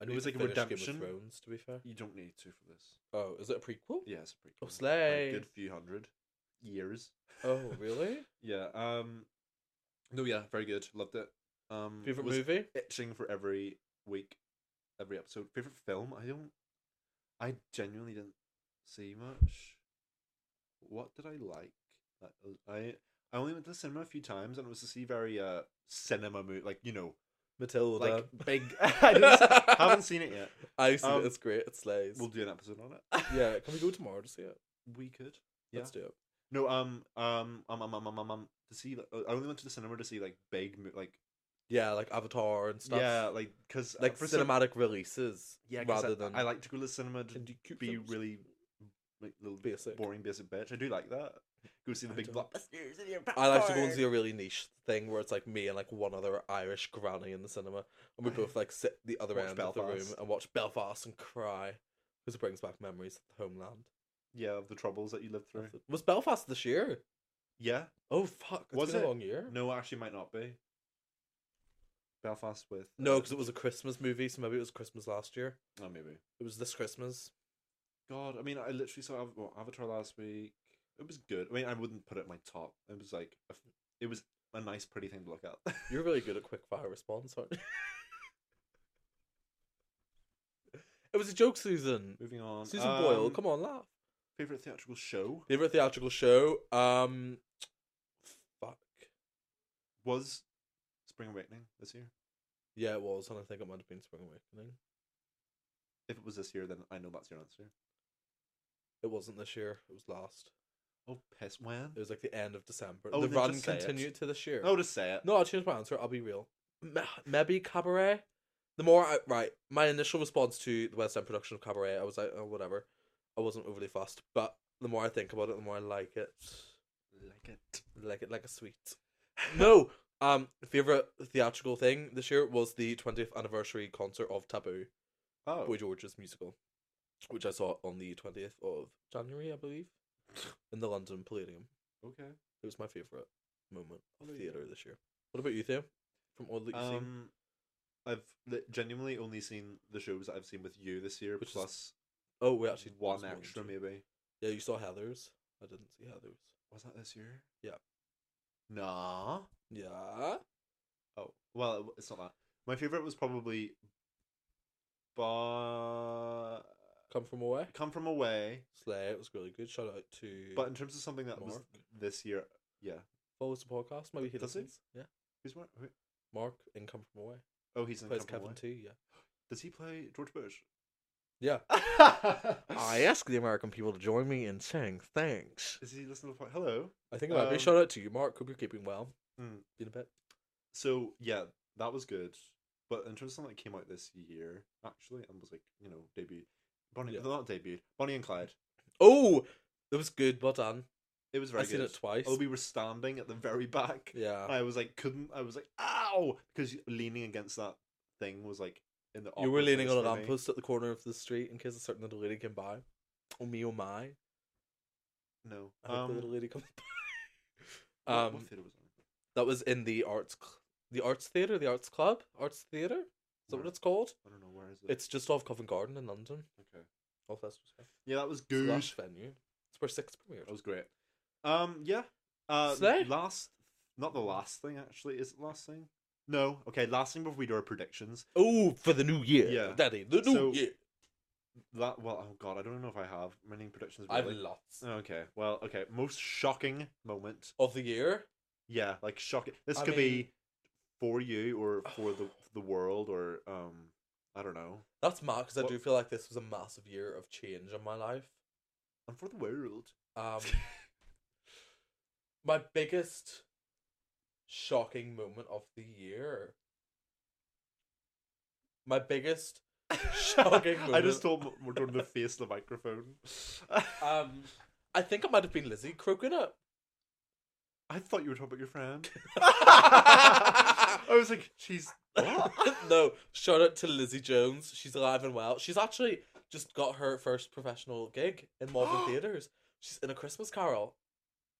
Speaker 2: I
Speaker 1: It
Speaker 2: need
Speaker 1: was
Speaker 2: to
Speaker 1: like a
Speaker 2: finish Game of
Speaker 1: redemption.
Speaker 2: Thrones, to be fair.
Speaker 1: You don't need to for this.
Speaker 2: Oh, is it a prequel?
Speaker 1: Yeah, it's pretty
Speaker 2: Oh,
Speaker 1: cool. Like,
Speaker 2: slay.
Speaker 1: good few hundred years.
Speaker 2: Oh, really?
Speaker 1: (laughs) yeah. Um. No, yeah, very good. Loved it. Um,
Speaker 2: Favorite
Speaker 1: was
Speaker 2: movie?
Speaker 1: Itching for every week, every episode. Favorite film? I don't. I genuinely didn't see much. What did I like? I I, I only went to the cinema a few times, and it was to see very uh cinema movie, like you know,
Speaker 2: Matilda.
Speaker 1: (laughs) like big. (laughs) I didn't see, haven't seen
Speaker 2: (laughs)
Speaker 1: it (laughs) yet.
Speaker 2: I've seen
Speaker 1: Um,
Speaker 2: it. It's great. It slays.
Speaker 1: We'll do an episode on it.
Speaker 2: yeah, can we go tomorrow to see it?
Speaker 1: We could. Yeah.
Speaker 2: Let's do it.
Speaker 1: No, um, um, um, um, um, um, um, um, to see. like, I only went to the cinema to see like big, mo- like
Speaker 2: Yeah, like Avatar and stuff.
Speaker 1: yeah, like because
Speaker 2: like
Speaker 1: for some-
Speaker 2: cinematic releases.
Speaker 1: Yeah, 'cause I,
Speaker 2: rather than
Speaker 1: I like to go to the cinema to
Speaker 2: Can do cute
Speaker 1: be
Speaker 2: films.
Speaker 1: really like little
Speaker 2: Basic.
Speaker 1: boring basic bitch. I do like that. Go see the
Speaker 2: I
Speaker 1: big
Speaker 2: don't.
Speaker 1: blockbusters and your
Speaker 2: I like to go and
Speaker 1: popcorn.
Speaker 2: see a really niche thing where it's like me and like one other Irish granny in the cinema, and we both like sit the other
Speaker 1: Watch
Speaker 2: end of the room
Speaker 1: Belfast.
Speaker 2: and watch Belfast and cry because it brings back memories of the homeland.
Speaker 1: Yeah, of the troubles that you lived through.
Speaker 2: Was Belfast this year?
Speaker 1: Yeah.
Speaker 2: Oh fuck! It's
Speaker 1: Was
Speaker 2: been
Speaker 1: it?
Speaker 2: a long year?
Speaker 1: No, actually, might not be. Belfast with um,
Speaker 2: no, because it was a Christmas movie, so maybe it was Christmas last year.
Speaker 1: oh maybe.
Speaker 2: It was this Christmas.
Speaker 1: God, I mean, I literally saw Av- well, Avatar last week. It was good. I mean, I wouldn't put it in my top. It was like a f it was a nice, pretty thing to look at.
Speaker 2: You're really good at quick fire response, aren't you? it was a joke, Susan.
Speaker 1: (laughs) Moving on.
Speaker 2: Susan Boyle,
Speaker 1: um,
Speaker 2: come on, laugh.
Speaker 1: Favorite theatrical show
Speaker 2: Favorite theatrical show? Um, fuck.
Speaker 1: was Spring Awakening this year.
Speaker 2: Yeah, it was, and I think it might have been Spring Awakening.
Speaker 1: If it was this year, then I know that's your answer.
Speaker 2: It wasn't this year. It was last.
Speaker 1: Oh, piss, when?
Speaker 2: It was like the end of December.
Speaker 1: Oh,
Speaker 2: the
Speaker 1: then just say
Speaker 2: run
Speaker 1: it.
Speaker 2: continued to this year.
Speaker 1: Oh, just say it.
Speaker 2: No, I'll change my answer. I'll be real. Me- Maybe cabaret. The more I right, my initial response to the West End production of cabaret, I was like, oh, whatever. I wasn't overly fussed, but the more I think about it, the more I like it.
Speaker 1: Like it.
Speaker 2: Like it like a sweet. no, um, favorite theatrical thing this year was the 20th anniversary concert of Taboo,
Speaker 1: Oh,
Speaker 2: Boy George's musical, which I saw on the 20th of January, I believe, in the London Palladium.
Speaker 1: okay.
Speaker 2: It was my favorite moment
Speaker 1: Oh,
Speaker 2: of
Speaker 1: there you
Speaker 2: theater this year. What about you, Theo? From all that you've seen.
Speaker 1: Um, I've li- genuinely only seen the shows that I've seen with you this year,
Speaker 2: Which is
Speaker 1: plus
Speaker 2: Oh, we actually it
Speaker 1: one
Speaker 2: was more than
Speaker 1: extra
Speaker 2: two.
Speaker 1: maybe.
Speaker 2: Yeah, you saw Heather's. I didn't see Heather's.
Speaker 1: Was that this year?
Speaker 2: Yeah.
Speaker 1: Nah.
Speaker 2: Yeah.
Speaker 1: Oh well, it w- it's not that. My favorite was probably, but
Speaker 2: Come from away.
Speaker 1: come from away.
Speaker 2: Slay. It was really good. Shout out to.
Speaker 1: But in terms of something that was
Speaker 2: Mark.
Speaker 1: this year, yeah.
Speaker 2: follows the podcast. Maybe he
Speaker 1: Does he?
Speaker 2: listens. Yeah.
Speaker 1: Who's Mark? Who?
Speaker 2: Mark in Come from Away.
Speaker 1: Oh, he's in
Speaker 2: Plays
Speaker 1: Come From
Speaker 2: Kevin
Speaker 1: Away.
Speaker 2: too. Yeah.
Speaker 1: Does he play George
Speaker 2: (laughs)
Speaker 1: Bush? (laughs)
Speaker 2: Yeah.
Speaker 1: I
Speaker 2: ask the American people to join me in saying thanks.
Speaker 1: Is he listening to the podcast? Hello.
Speaker 2: I think it might be.
Speaker 1: Um,
Speaker 2: Shout out to you, Mark. Hope you're keeping well.
Speaker 1: Mm.
Speaker 2: Been a bit.
Speaker 1: So yeah, that was good. But in terms of something that came out this year, actually, and was like you know debut, Bonnie
Speaker 2: Yeah.
Speaker 1: not debuted, Bonnie and Clyde.
Speaker 2: Oh, it was good. Well done.
Speaker 1: It was very
Speaker 2: I've seen
Speaker 1: good.
Speaker 2: it twice.
Speaker 1: Oh, we were standing at the very back.
Speaker 2: Yeah.
Speaker 1: And I was like, couldn't. I was like, ow, because leaning against that thing was like in the.
Speaker 2: You were
Speaker 1: awkward
Speaker 2: leaning
Speaker 1: place
Speaker 2: on a
Speaker 1: for me.
Speaker 2: lamppost at the corner of the street in case a certain little lady came by. Oh me, oh my!
Speaker 1: No.
Speaker 2: I hope the little
Speaker 1: Um.
Speaker 2: lady comes (laughs) by.
Speaker 1: what-
Speaker 2: um,
Speaker 1: what theater was it?
Speaker 2: that was in the arts, cl- the arts theater, the arts club, arts theater. Is that what
Speaker 1: Where?
Speaker 2: it's called?
Speaker 1: I don't know where is it.
Speaker 2: It's just off Covent Garden in London.
Speaker 1: okay.
Speaker 2: Off Leicester Square.
Speaker 1: Yeah, that was
Speaker 2: It's the
Speaker 1: good.
Speaker 2: last venue. It's where six premiered.
Speaker 1: That was great. Um, yeah. Uh,
Speaker 2: Slay?
Speaker 1: last, not the last thing actually. Is it last thing? No. Okay, last thing before we do our predictions.
Speaker 2: Oh, for the new year,
Speaker 1: Yeah.
Speaker 2: Daddy, the new
Speaker 1: So,
Speaker 2: year.
Speaker 1: That well, oh god, I don't know if I have many predictions.
Speaker 2: I have
Speaker 1: really. Uh.
Speaker 2: lots
Speaker 1: Okay, well, okay. Most shocking moment.
Speaker 2: of the year.
Speaker 1: Yeah, like shocking. This
Speaker 2: I
Speaker 1: could
Speaker 2: mean-
Speaker 1: be for you or for
Speaker 2: (sighs)
Speaker 1: the the world or um, I don't know.
Speaker 2: That's mad because I
Speaker 1: What-
Speaker 2: do feel like this was a massive year of change in my life.
Speaker 1: And for the
Speaker 2: (laughs)
Speaker 1: world. (laughs)
Speaker 2: Um, my biggest shocking moment of the year. My biggest shocking
Speaker 1: (laughs)
Speaker 2: moment.
Speaker 1: I just told M- we're
Speaker 2: (laughs)
Speaker 1: doing the face of the microphone. (laughs)
Speaker 2: Um, I think it might have been Lizzie croaking it.
Speaker 1: I thought you were talking about your
Speaker 2: (laughs)
Speaker 1: friend. (laughs) I was like, she's what?
Speaker 2: (laughs) no, shout out to Lizzie Jones. She's alive and well. She's actually just got her first professional gig in
Speaker 1: (gasps)
Speaker 2: modern theaters. She's in a Christmas Carol.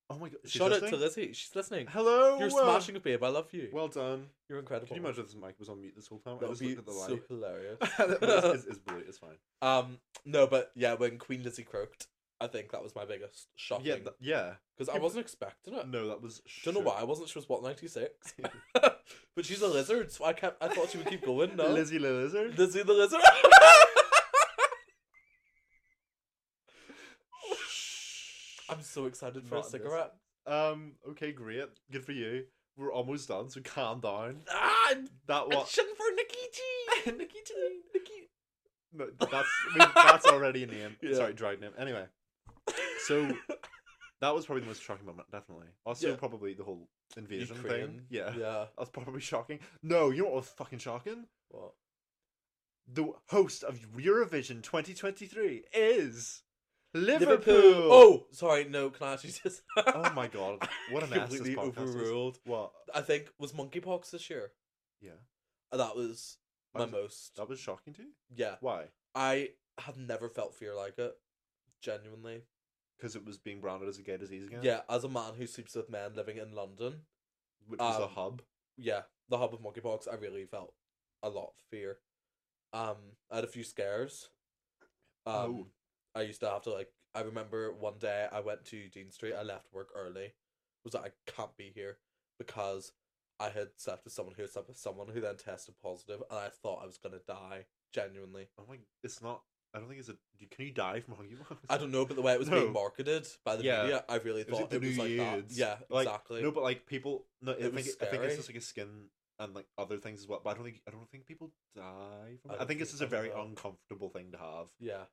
Speaker 1: Oh my god! She's
Speaker 2: shout out to
Speaker 1: listening?
Speaker 2: Lizzie. She's listening.
Speaker 1: Hello.
Speaker 2: You're
Speaker 1: well-
Speaker 2: smashing it, babe. I love you.
Speaker 1: Well done.
Speaker 2: You're incredible.
Speaker 1: Can you imagine if this mic was on mute this whole time?
Speaker 2: That
Speaker 1: I
Speaker 2: would
Speaker 1: just
Speaker 2: be
Speaker 1: looked at the
Speaker 2: so
Speaker 1: light.
Speaker 2: (laughs) hilarious.
Speaker 1: (laughs) it's, it's, it's blue. It's fine.
Speaker 2: um, no, but yeah, when Queen Lizzie croaked, I think that was my biggest shocking
Speaker 1: Yeah, th- yeah.
Speaker 2: because I wasn't expecting (laughs) it.
Speaker 1: No, that was.
Speaker 2: Don't know
Speaker 1: shook.
Speaker 2: why I wasn't. She was what ninety (laughs) six, but she's a lizard, so I kept. I thought she would keep going. No,
Speaker 1: Lizzie the lizard.
Speaker 2: Lizzie the lizard. (laughs) I'm so excited for
Speaker 1: Not
Speaker 2: a
Speaker 1: this.
Speaker 2: cigarette.
Speaker 1: Um. Okay, great. Good for you. We're almost done, so calm down.
Speaker 2: (laughs) Ah,
Speaker 1: That
Speaker 2: what?
Speaker 1: was
Speaker 2: action for Nikki G. (laughs) Nikki G. Nikki.
Speaker 1: no, that's I mean, that's already a name.
Speaker 2: (laughs) Yeah.
Speaker 1: Sorry, drag name. Anyway,
Speaker 2: (laughs)
Speaker 1: so that was probably the most shocking moment, definitely. Also,
Speaker 2: Yeah.
Speaker 1: probably the whole invasion thing.
Speaker 2: Ukraine.
Speaker 1: Yeah.
Speaker 2: Yeah.
Speaker 1: That's probably shocking. No, you know what was fucking shocking?
Speaker 2: What?
Speaker 1: The host of Eurovision 2023 is Liverpool.
Speaker 2: Liverpool. Oh, sorry. No, can I actually (laughs) just?
Speaker 1: Oh my god!
Speaker 2: (laughs)
Speaker 1: What a mess this
Speaker 2: Completely
Speaker 1: podcast is.
Speaker 2: overruled.
Speaker 1: What?
Speaker 2: I think was monkeypox this year. Uh,
Speaker 1: Yeah.
Speaker 2: That was
Speaker 1: That
Speaker 2: my
Speaker 1: was-
Speaker 2: most.
Speaker 1: That was shocking to you.
Speaker 2: Yeah.
Speaker 1: Why?
Speaker 2: I have never felt fear like it. Genuinely.
Speaker 1: Because it was being branded as a gay disease again.
Speaker 2: Yeah. as a man who sleeps with men living in London,
Speaker 1: Which was a
Speaker 2: Um,
Speaker 1: hub.
Speaker 2: yeah, the hub of monkeypox, I really felt a lot of fear. Um, I had a few scares. Um,
Speaker 1: Oh.
Speaker 2: I used to have to like. I remember one day I went to Dean Street. I left work early. Was like I can't be here because I had slept with someone who had slept with someone who then tested positive, and I thought I was gonna die. Genuinely,
Speaker 1: Oh my! It's not. I don't think it's a. do- Can you die from monkeypox?
Speaker 2: I don't know, but the way it was
Speaker 1: (laughs) No.
Speaker 2: being marketed by the
Speaker 1: Yeah.
Speaker 2: media, I really
Speaker 1: It was like
Speaker 2: thought
Speaker 1: the
Speaker 2: it was
Speaker 1: New
Speaker 2: like,
Speaker 1: Year's.
Speaker 2: that. Yeah,
Speaker 1: Like,
Speaker 2: exactly.
Speaker 1: No, but like people. No, I
Speaker 2: It
Speaker 1: think
Speaker 2: was
Speaker 1: I think
Speaker 2: scary.
Speaker 1: it's just like a skin and like other things as well. But I don't think I don't think people die from.
Speaker 2: I
Speaker 1: it. I,
Speaker 2: don't
Speaker 1: think it's
Speaker 2: think-
Speaker 1: just a
Speaker 2: I don't
Speaker 1: very
Speaker 2: know.
Speaker 1: uncomfortable thing to have.
Speaker 2: yeah.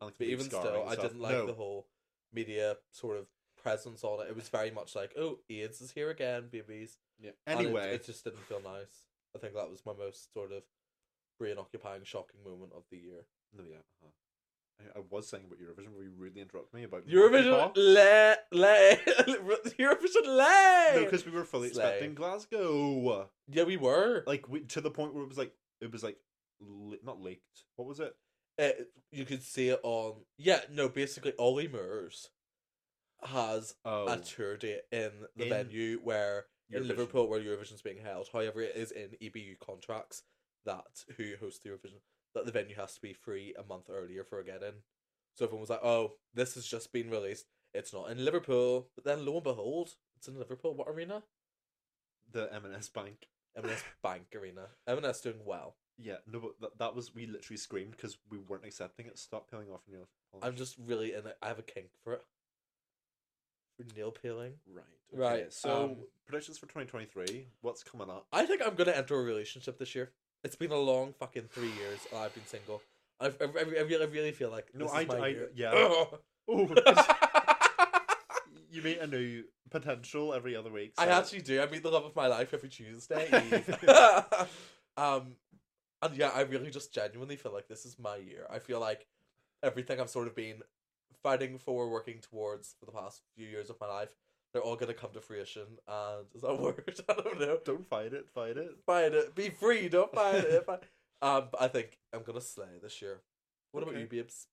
Speaker 1: And, like,
Speaker 2: But
Speaker 1: deep
Speaker 2: even
Speaker 1: scarring
Speaker 2: still,
Speaker 1: and
Speaker 2: I
Speaker 1: stuff.
Speaker 2: didn't like
Speaker 1: No,
Speaker 2: the whole media sort of presence on it. It was very much like, oh, AIDS is here again, babies.
Speaker 1: Yeah.
Speaker 2: And it-
Speaker 1: Anyway,
Speaker 2: it, just didn't feel nice. I think that was my most sort of brain occupying, shocking moment of the year.
Speaker 1: no, yeah. uh-huh. I- I was saying about Eurovision, but you really interrupted me about
Speaker 2: Eurovision,
Speaker 1: monkeypox.
Speaker 2: le, le, (laughs) Eurovision, le.
Speaker 1: No, because we were fully
Speaker 2: Slay.
Speaker 1: expecting Glasgow.
Speaker 2: yeah, we were.
Speaker 1: Like we, to the point where it was like it was like le- not leaked. What was it?
Speaker 2: Uh, you could see it on. Yeah, no, basically, Ollie Moores has
Speaker 1: Oh,
Speaker 2: a tour date in the
Speaker 1: In
Speaker 2: venue where
Speaker 1: Eurovision.
Speaker 2: in Liverpool where Eurovision's being held. However, it is in EBU contracts that who hosts the Eurovision that the venue has to be free a month earlier for a get in. So everyone was like, "Oh, this has just been released. It's not in Liverpool." But then lo and behold, it's in Liverpool. What arena?
Speaker 1: the M&S Bank. (sighs)
Speaker 2: M&S Bank Arena. M&S doing well.
Speaker 1: Yeah, no, but that, that was we literally screamed because we weren't accepting it. Stop peeling off your nails.
Speaker 2: I'm just really in. It. I have a kink for it. For nail peeling.
Speaker 1: right.
Speaker 2: Right,
Speaker 1: So
Speaker 2: um,
Speaker 1: predictions for 2023. What's coming up?
Speaker 2: (laughs)
Speaker 1: (laughs)
Speaker 2: I think I'm gonna enter a relationship this year. It's been a long fucking three years, and I've been single. I've, I, I, I, really, I really feel like
Speaker 1: No,
Speaker 2: this
Speaker 1: I-
Speaker 2: is my
Speaker 1: I-
Speaker 2: year.
Speaker 1: yeah.
Speaker 2: Ugh.
Speaker 1: Oh, you meet a new potential every other week.
Speaker 2: (laughs) I
Speaker 1: so-
Speaker 2: actually do. I meet the love of my life
Speaker 1: (laughs)
Speaker 2: every Tuesday. Eve. (laughs) um, and yeah, I really just genuinely feel like this is my year. I feel like everything I've sort of been fighting for, working towards for the past few years of my life, they're all gonna come to fruition. And is that a word? (laughs) I don't know.
Speaker 1: don't fight it. Fight it.
Speaker 2: find it. Be free. Don't find
Speaker 1: (laughs)
Speaker 2: it. Find... Um, but I think I'm gonna slay this year. What about
Speaker 1: Okay.
Speaker 2: you, babes?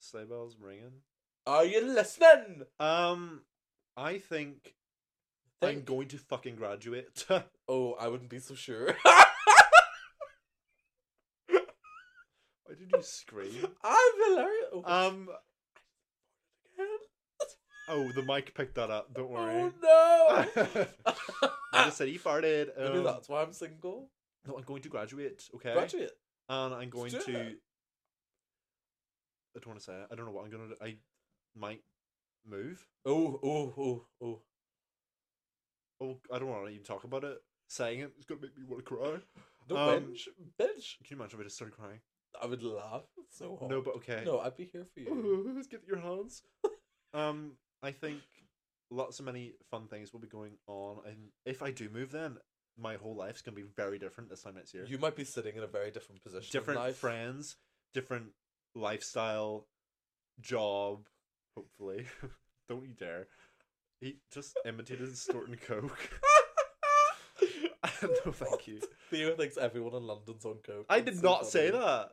Speaker 1: Sleigh bells ringing.
Speaker 2: Are you listening?
Speaker 1: Um, I think, I'm
Speaker 2: Think.
Speaker 1: going to fucking graduate. (laughs)
Speaker 2: Oh, I wouldn't be so sure. (laughs)
Speaker 1: Why did you
Speaker 2: (laughs)
Speaker 1: scream?
Speaker 2: I'm hilarious. Oh,
Speaker 1: um.
Speaker 2: again.
Speaker 1: Oh, the mic picked that up. Don't worry.
Speaker 2: oh no.
Speaker 1: (laughs) I
Speaker 2: (laughs)
Speaker 1: just said he farted.
Speaker 2: Maybe
Speaker 1: Um,
Speaker 2: that's why I'm single.
Speaker 1: No, I'm going to graduate. Okay.
Speaker 2: Graduate.
Speaker 1: and I'm going
Speaker 2: do
Speaker 1: to.
Speaker 2: it.
Speaker 1: I don't want to say it. I don't know what I'm gonna. do. I might move.
Speaker 2: Oh, oh, oh, oh.
Speaker 1: Oh, I don't want to even talk about it. Saying it, it's gonna make me want to cry.
Speaker 2: No,
Speaker 1: Um,
Speaker 2: binge. Binge.
Speaker 1: Can you imagine if I just started crying?
Speaker 2: I would laugh so hard.
Speaker 1: No, but okay.
Speaker 2: No, I'd be here
Speaker 1: (laughs)
Speaker 2: for (laughs) you.
Speaker 1: Ooh, let's get your hands. (laughs) um, I think lots of many fun things will be going on, and if I do move, then my whole life's gonna be very different this time next year.
Speaker 2: You might be sitting in a very different position. in
Speaker 1: different
Speaker 2: life.
Speaker 1: friends, different lifestyle, job. Hopefully, (laughs) don't you dare. He just imitated
Speaker 2: (laughs)
Speaker 1: Storton Coke. (laughs) (laughs) no, thank
Speaker 2: (laughs)
Speaker 1: you.
Speaker 2: Theo thinks everyone in London's on coke.
Speaker 1: I
Speaker 2: That's
Speaker 1: did
Speaker 2: so
Speaker 1: not say
Speaker 2: funny.
Speaker 1: that.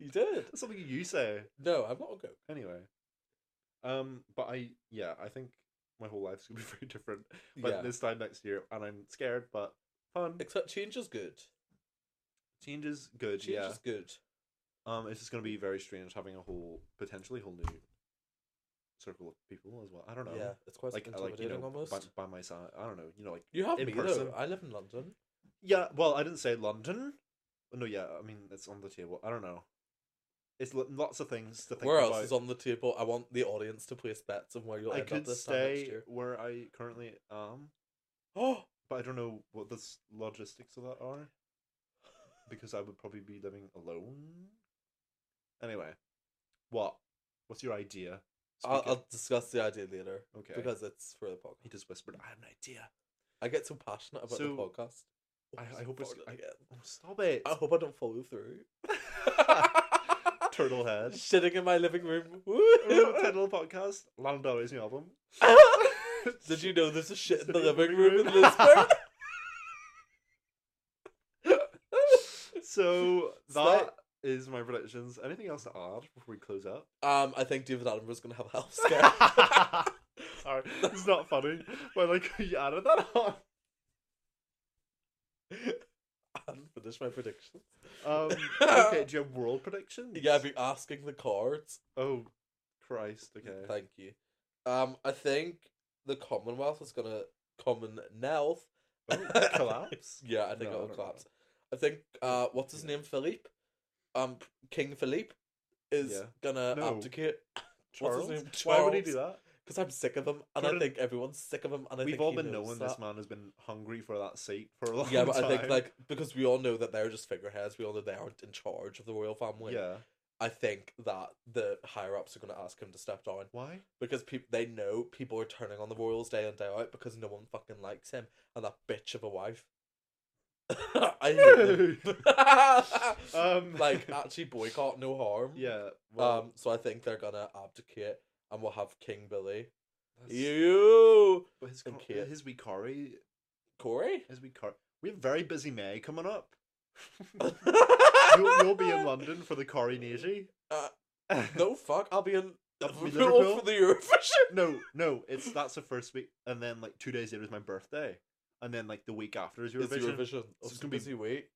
Speaker 2: You did.
Speaker 1: That's something you say.
Speaker 2: No, I'm not on coke.
Speaker 1: Anyway, um, but I yeah, I think my whole life's gonna be (laughs) very different. But
Speaker 2: Yeah.
Speaker 1: this time next year, and I'm scared, but fun.
Speaker 2: Except change is good.
Speaker 1: Change is good.
Speaker 2: Change
Speaker 1: yeah,
Speaker 2: is good.
Speaker 1: Um, it's just going to be very strange having a whole potentially whole new circle of people as well. I don't know.
Speaker 2: Yeah, it's quite
Speaker 1: like I- like you
Speaker 2: intimidating
Speaker 1: know
Speaker 2: almost.
Speaker 1: by, by my side. I don't know. You know, like
Speaker 2: you have
Speaker 1: in
Speaker 2: me
Speaker 1: person.
Speaker 2: though. I live in London.
Speaker 1: Yeah, well, I didn't say London. No, yeah, I mean it's on the table. I don't know. It's lo- lots of things to think
Speaker 2: Where
Speaker 1: about.
Speaker 2: else is on the table? I want the audience to place bets on where you'll
Speaker 1: I
Speaker 2: end up
Speaker 1: could
Speaker 2: this time next
Speaker 1: stay
Speaker 2: year.
Speaker 1: where I currently
Speaker 2: (gasps)
Speaker 1: am,
Speaker 2: Oh,
Speaker 1: but I don't know what the s- logistics of that are, because I would probably be living alone. Anyway, what? What's your idea?
Speaker 2: I'll,
Speaker 1: Speak it.
Speaker 2: I'll discuss the idea later.
Speaker 1: Okay.
Speaker 2: Because it's for the
Speaker 1: He
Speaker 2: podcast.
Speaker 1: just whispered, "I have an idea."
Speaker 2: I get so passionate about the
Speaker 1: So,
Speaker 2: podcast.
Speaker 1: I,
Speaker 2: Oh,
Speaker 1: I
Speaker 2: just
Speaker 1: hope it's.
Speaker 2: farted
Speaker 1: I,
Speaker 2: again.
Speaker 1: oh, stop it,
Speaker 2: I
Speaker 1: (laughs)
Speaker 2: hope I don't follow through.
Speaker 1: turtle head.
Speaker 2: (laughs) Shitting in my living room.
Speaker 1: Ooh,
Speaker 2: Woo!
Speaker 1: Title podcast. Lando is new album.
Speaker 2: (laughs) Did you know there's a shit in the
Speaker 1: Sitting in the
Speaker 2: living
Speaker 1: living
Speaker 2: room in
Speaker 1: room. (laughs)
Speaker 2: Lisbon? (laughs)
Speaker 1: So
Speaker 2: So-
Speaker 1: that is my predictions. Anything else to add before we close out?
Speaker 2: um, I think David Attenborough's gonna have a
Speaker 1: (laughs)
Speaker 2: health (laughs) scare.
Speaker 1: Sorry, it's not funny. But like you added that on.
Speaker 2: and finish my predictions.
Speaker 1: Um, okay, do you have world predictions?
Speaker 2: Yeah, I've been asking the cards.
Speaker 1: Oh, Christ. Okay.
Speaker 2: Thank you. Um, I think the Commonwealth is gonna Commonwealth.
Speaker 1: Oh, collapse.
Speaker 2: (laughs) Yeah, I think
Speaker 1: No, I
Speaker 2: it'll
Speaker 1: don't know.
Speaker 2: collapse. I think uh, what's his name, Philippe, um, King Philippe, is
Speaker 1: Yeah.
Speaker 2: gonna
Speaker 1: No. (coughs)
Speaker 2: abdicate.
Speaker 1: Charles?
Speaker 2: name?
Speaker 1: Why would he do
Speaker 2: Charles.
Speaker 1: that?
Speaker 2: Because I'm sick of him, and
Speaker 1: Jordan,
Speaker 2: I think everyone's sick of him, and I
Speaker 1: We've
Speaker 2: think
Speaker 1: all
Speaker 2: he
Speaker 1: been
Speaker 2: knows
Speaker 1: knowing
Speaker 2: that.
Speaker 1: this man has been hungry for that seat for a long
Speaker 2: Yeah,
Speaker 1: time.
Speaker 2: but I think like because we all know that they're just figureheads, we all know they aren't in charge of the royal
Speaker 1: (laughs)
Speaker 2: family.
Speaker 1: yeah.
Speaker 2: I think that the higher ups are going to ask him to step down
Speaker 1: Why?
Speaker 2: because people they know people are turning on the royals day in day out because no one fucking likes him and that bitch of a wife. (laughs) I (laughs) hate him.
Speaker 1: Um, (laughs)
Speaker 2: like actually boycott, no harm.
Speaker 1: Yeah. Well,
Speaker 2: um. So I think they're gonna abdicate and we'll have King Billy.
Speaker 1: that's-
Speaker 2: You
Speaker 1: but his,
Speaker 2: and
Speaker 1: car-
Speaker 2: Kate.
Speaker 1: his wee Corey,
Speaker 2: Corey. (laughs)
Speaker 1: his wee Cor- We have very busy May coming up. (laughs) you'll, you'll be in London (laughs) for the coronation.
Speaker 2: Uh, No fuck, I'll be in
Speaker 1: Up
Speaker 2: (laughs) Liverpool
Speaker 1: in
Speaker 2: for the Eurovision.
Speaker 1: no, no, it's that's the first week, and then like two days later is my birthday, and then like the week after is your
Speaker 2: It's
Speaker 1: vision.
Speaker 2: Eurovision.
Speaker 1: it's
Speaker 2: It's
Speaker 1: gonna
Speaker 2: gonna
Speaker 1: be-
Speaker 2: be busy week.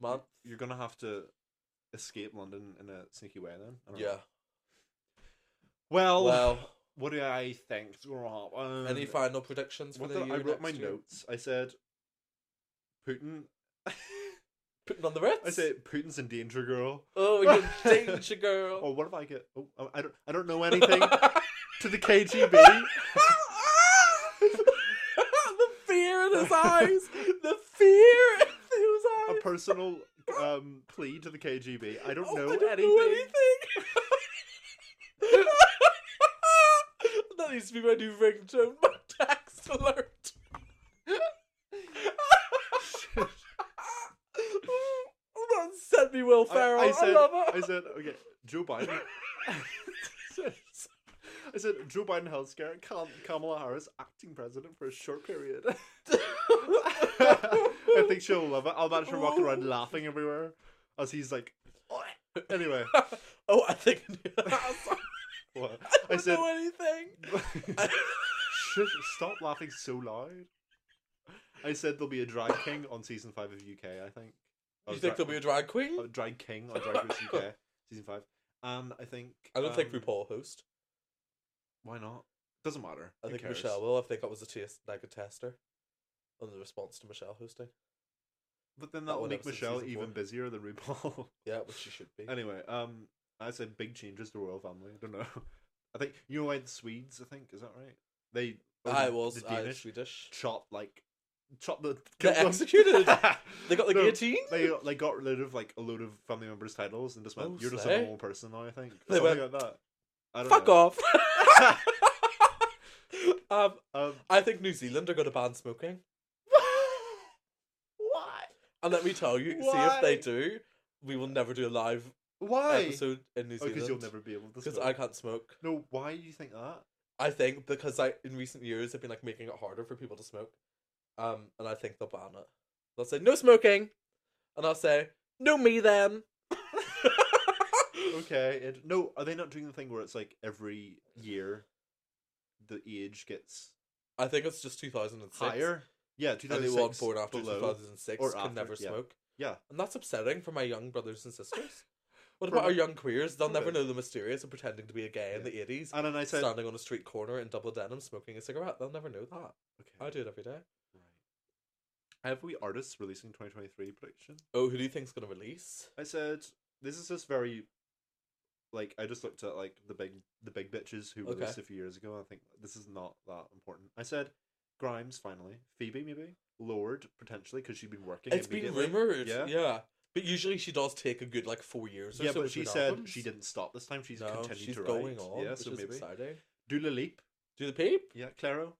Speaker 2: Month.
Speaker 1: You're gonna have to escape London in a sneaky way then. I don't know.
Speaker 2: Yeah.
Speaker 1: Well, (laughs)
Speaker 2: Well,
Speaker 1: what do I think? Um,
Speaker 2: any final predictions for
Speaker 1: what
Speaker 2: the
Speaker 1: did I-
Speaker 2: year
Speaker 1: I wrote
Speaker 2: next
Speaker 1: my
Speaker 2: year?
Speaker 1: notes. I said Putin.
Speaker 2: Putting on the Ritz.
Speaker 1: I say Putin's in danger, girl. (laughs)
Speaker 2: Oh, you're in danger, girl.
Speaker 1: Or what if I get? Oh, I- I don't. I don't know
Speaker 2: (laughs)
Speaker 1: (laughs) anything. to the KGB.
Speaker 2: the fear in his
Speaker 1: (laughs)
Speaker 2: eyes. The fear in his
Speaker 1: a
Speaker 2: eyes.
Speaker 1: personal um, plea to the KGB. I don't,
Speaker 2: Oh,
Speaker 1: know,
Speaker 2: I don't
Speaker 1: anything.
Speaker 2: know anything. (laughs) that needs to be my new ringtone. My tax
Speaker 1: (laughs)
Speaker 2: alert. (laughs) that sent me Will
Speaker 1: I-
Speaker 2: Ferrell.
Speaker 1: I,
Speaker 2: I,
Speaker 1: said,
Speaker 2: love it.
Speaker 1: I said, okay, Joe Biden. I said, Joe Biden health scare, Kam- Kamala Harris acting president for a short period. (laughs) I think she'll love it. I'll imagine her walking around laughing everywhere as he's like, (laughs) anyway,
Speaker 2: (laughs) oh, I think
Speaker 1: (laughs)
Speaker 2: I,
Speaker 1: what?
Speaker 2: don't (laughs)
Speaker 1: said, (laughs)
Speaker 2: know anything. (laughs)
Speaker 1: Shush, stop laughing so loud. I said there'll be a drag king on season five of UK, I think. Or
Speaker 2: You think there'll be a drag queen?
Speaker 1: Oh, drag King on Drag Race
Speaker 2: (laughs)
Speaker 1: UK season five, and I think
Speaker 2: I don't think
Speaker 1: um,
Speaker 2: RuPaul host.
Speaker 1: Why not? Doesn't matter.
Speaker 2: I
Speaker 1: Who
Speaker 2: think
Speaker 1: cares?
Speaker 2: Michelle will. I think that was a test, like a tester, on the response to Michelle hosting.
Speaker 1: But then
Speaker 2: That
Speaker 1: that'll
Speaker 2: one
Speaker 1: make
Speaker 2: episode's
Speaker 1: Michelle
Speaker 2: season
Speaker 1: even
Speaker 2: four.
Speaker 1: busier than
Speaker 2: (laughs)
Speaker 1: RuPaul.
Speaker 2: Yeah, which she should be.
Speaker 1: anyway, um, I said big changes to royal family. I don't know. (laughs) I think you know why the Swedes. I think is that right? They. or
Speaker 2: I
Speaker 1: the-
Speaker 2: was
Speaker 1: the
Speaker 2: I
Speaker 1: Danish
Speaker 2: Swedish.
Speaker 1: chopped like chopped the.
Speaker 2: (laughs) They
Speaker 1: (laughs) killed them.
Speaker 2: executed. They got the
Speaker 1: No,
Speaker 2: guillotine?
Speaker 1: They uh, they got rid of like a load of family members' titles and just went,
Speaker 2: Oh,
Speaker 1: "You're just a
Speaker 2: slay.
Speaker 1: normal person now." I think
Speaker 2: They
Speaker 1: something
Speaker 2: went,
Speaker 1: like that. I don't
Speaker 2: Fuck
Speaker 1: know.
Speaker 2: off. (laughs) um,
Speaker 1: (laughs)
Speaker 2: (laughs)
Speaker 1: Um,
Speaker 2: I think New Zealand are going to ban smoking,
Speaker 1: Why?
Speaker 2: and let me tell you, see
Speaker 1: Why?
Speaker 2: if they do, we will never do a live
Speaker 1: Why?
Speaker 2: episode in New Zealand
Speaker 1: Because you'll never be able to.
Speaker 2: because
Speaker 1: smoke.
Speaker 2: I can't smoke.
Speaker 1: No, why do you think that?
Speaker 2: I think because I in recent years have been like making it harder for people to smoke, um, and I think they'll ban it. They'll say no smoking, and I'll say no me then.
Speaker 1: Okay, it, no, are they not doing the thing where it's like every year the age gets
Speaker 2: I think it's just two thousand and six.
Speaker 1: higher? Yeah, two thousand
Speaker 2: Anyone
Speaker 1: six
Speaker 2: born after two
Speaker 1: below.
Speaker 2: thousand and six
Speaker 1: or
Speaker 2: can
Speaker 1: after,
Speaker 2: never
Speaker 1: yeah.
Speaker 2: smoke,
Speaker 1: Yeah, (laughs)
Speaker 2: and that's upsetting for my young brothers and sisters. What about
Speaker 1: Promo-
Speaker 2: our young queers? They'll never
Speaker 1: Promote.
Speaker 2: know the mysterious of pretending to be a gay in
Speaker 1: Yeah.
Speaker 2: the eighties,
Speaker 1: And then I said,
Speaker 2: standing on a street corner in double denim, smoking a cigarette. They'll never know that.
Speaker 1: Ah, okay,
Speaker 2: I do it every day.
Speaker 1: right. Have we artists releasing 2023 prediction?
Speaker 2: Oh, who do you think's gonna release?
Speaker 1: I said this is just very like I just looked at like the big the big bitches who
Speaker 2: Okay.
Speaker 1: released a few years ago. and I think this is not that important. I said Grimes finally, Phoebe maybe, Lord potentially because she'd been working.
Speaker 2: It's been
Speaker 1: immediately.
Speaker 2: rumored.
Speaker 1: yeah.
Speaker 2: Yeah. But usually she does take a good like four years. Or
Speaker 1: Yeah,
Speaker 2: so
Speaker 1: but she
Speaker 2: between
Speaker 1: said
Speaker 2: albums.
Speaker 1: she didn't stop this time. She's
Speaker 2: No,
Speaker 1: continued
Speaker 2: she's
Speaker 1: to
Speaker 2: going
Speaker 1: write.
Speaker 2: on.
Speaker 1: yeah,
Speaker 2: which
Speaker 1: so
Speaker 2: is
Speaker 1: maybe
Speaker 2: exciting.
Speaker 1: Dula Leap.
Speaker 2: Do the peep.
Speaker 1: Yeah, Claro.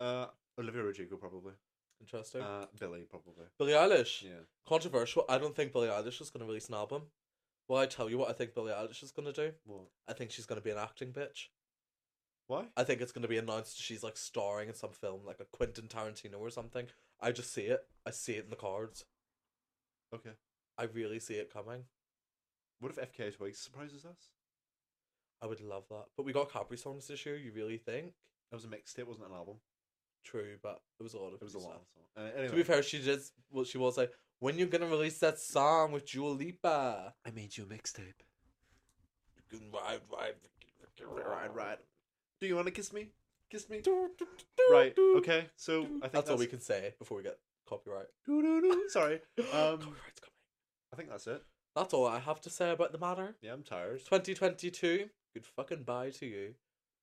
Speaker 1: Uh, Olivia Rodrigo probably.
Speaker 2: Interesting.
Speaker 1: Uh, Billy probably.
Speaker 2: Billie Eilish.
Speaker 1: Yeah.
Speaker 2: Controversial. I don't think Billie Eilish is going to release an album. Well, I tell you what I think Billie Eilish is going to do.
Speaker 1: What?
Speaker 2: I think she's going to be an acting bitch.
Speaker 1: Why?
Speaker 2: I think it's going to be announced she's like starring in some film, like a Quentin Tarantino or something. I just see it. I see it in the cards.
Speaker 1: Okay.
Speaker 2: I really see it coming.
Speaker 1: What if FK Twigs surprises us?
Speaker 2: I would love that. But we got Capri songs this year. You really think?
Speaker 1: That was a mixtape, wasn't it, an album?
Speaker 2: True, but it was a lot
Speaker 1: It
Speaker 2: of
Speaker 1: was a
Speaker 2: good
Speaker 1: long
Speaker 2: stuff.
Speaker 1: song. Uh, anyway,
Speaker 2: To be fair, she did. Well, she was like, "When you're gonna release that song with Dua Lipa?"
Speaker 1: I made you a mixtape.
Speaker 2: Right, right,
Speaker 1: Right, right. Do you want to kiss me? Kiss me. Right. Okay. So I think
Speaker 2: that's, all we can say before we get copyright.
Speaker 1: can.
Speaker 2: (laughs)
Speaker 1: Sorry. Um,
Speaker 2: Copyright's coming.
Speaker 1: I think that's it.
Speaker 2: That's all I have to say about the matter.
Speaker 1: Yeah, I'm tired.
Speaker 2: 2022. Good fucking bye to you.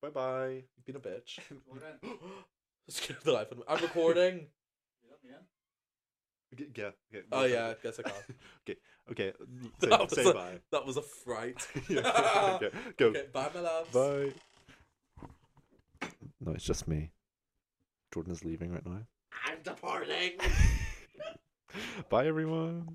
Speaker 1: Bye bye.
Speaker 2: You've been
Speaker 1: (laughs)
Speaker 2: a bitch. (gasps) Scared the life out of me.
Speaker 1: (laughs)
Speaker 2: I'm recording.
Speaker 1: Yeah. Okay.
Speaker 2: oh yeah, I guess I can.
Speaker 1: okay. Okay. Say,
Speaker 2: (laughs) That was
Speaker 1: say
Speaker 2: a-
Speaker 1: bye.
Speaker 2: That was a fright.
Speaker 1: (laughs)
Speaker 2: (laughs)
Speaker 1: yeah. Okay. Go.
Speaker 2: Okay, bye, my loves.
Speaker 1: Bye. No, it's just me. Jordan is leaving right now.
Speaker 2: I'm departing.
Speaker 1: (laughs) Bye, everyone.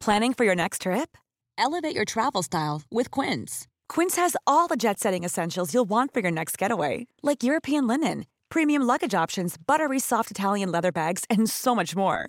Speaker 3: Planning for your next trip? Elevate your travel style with Quince. Quince has all the jet setting essentials you'll want for your next getaway, like European linen, premium luggage options, buttery soft Italian leather bags, and so much more.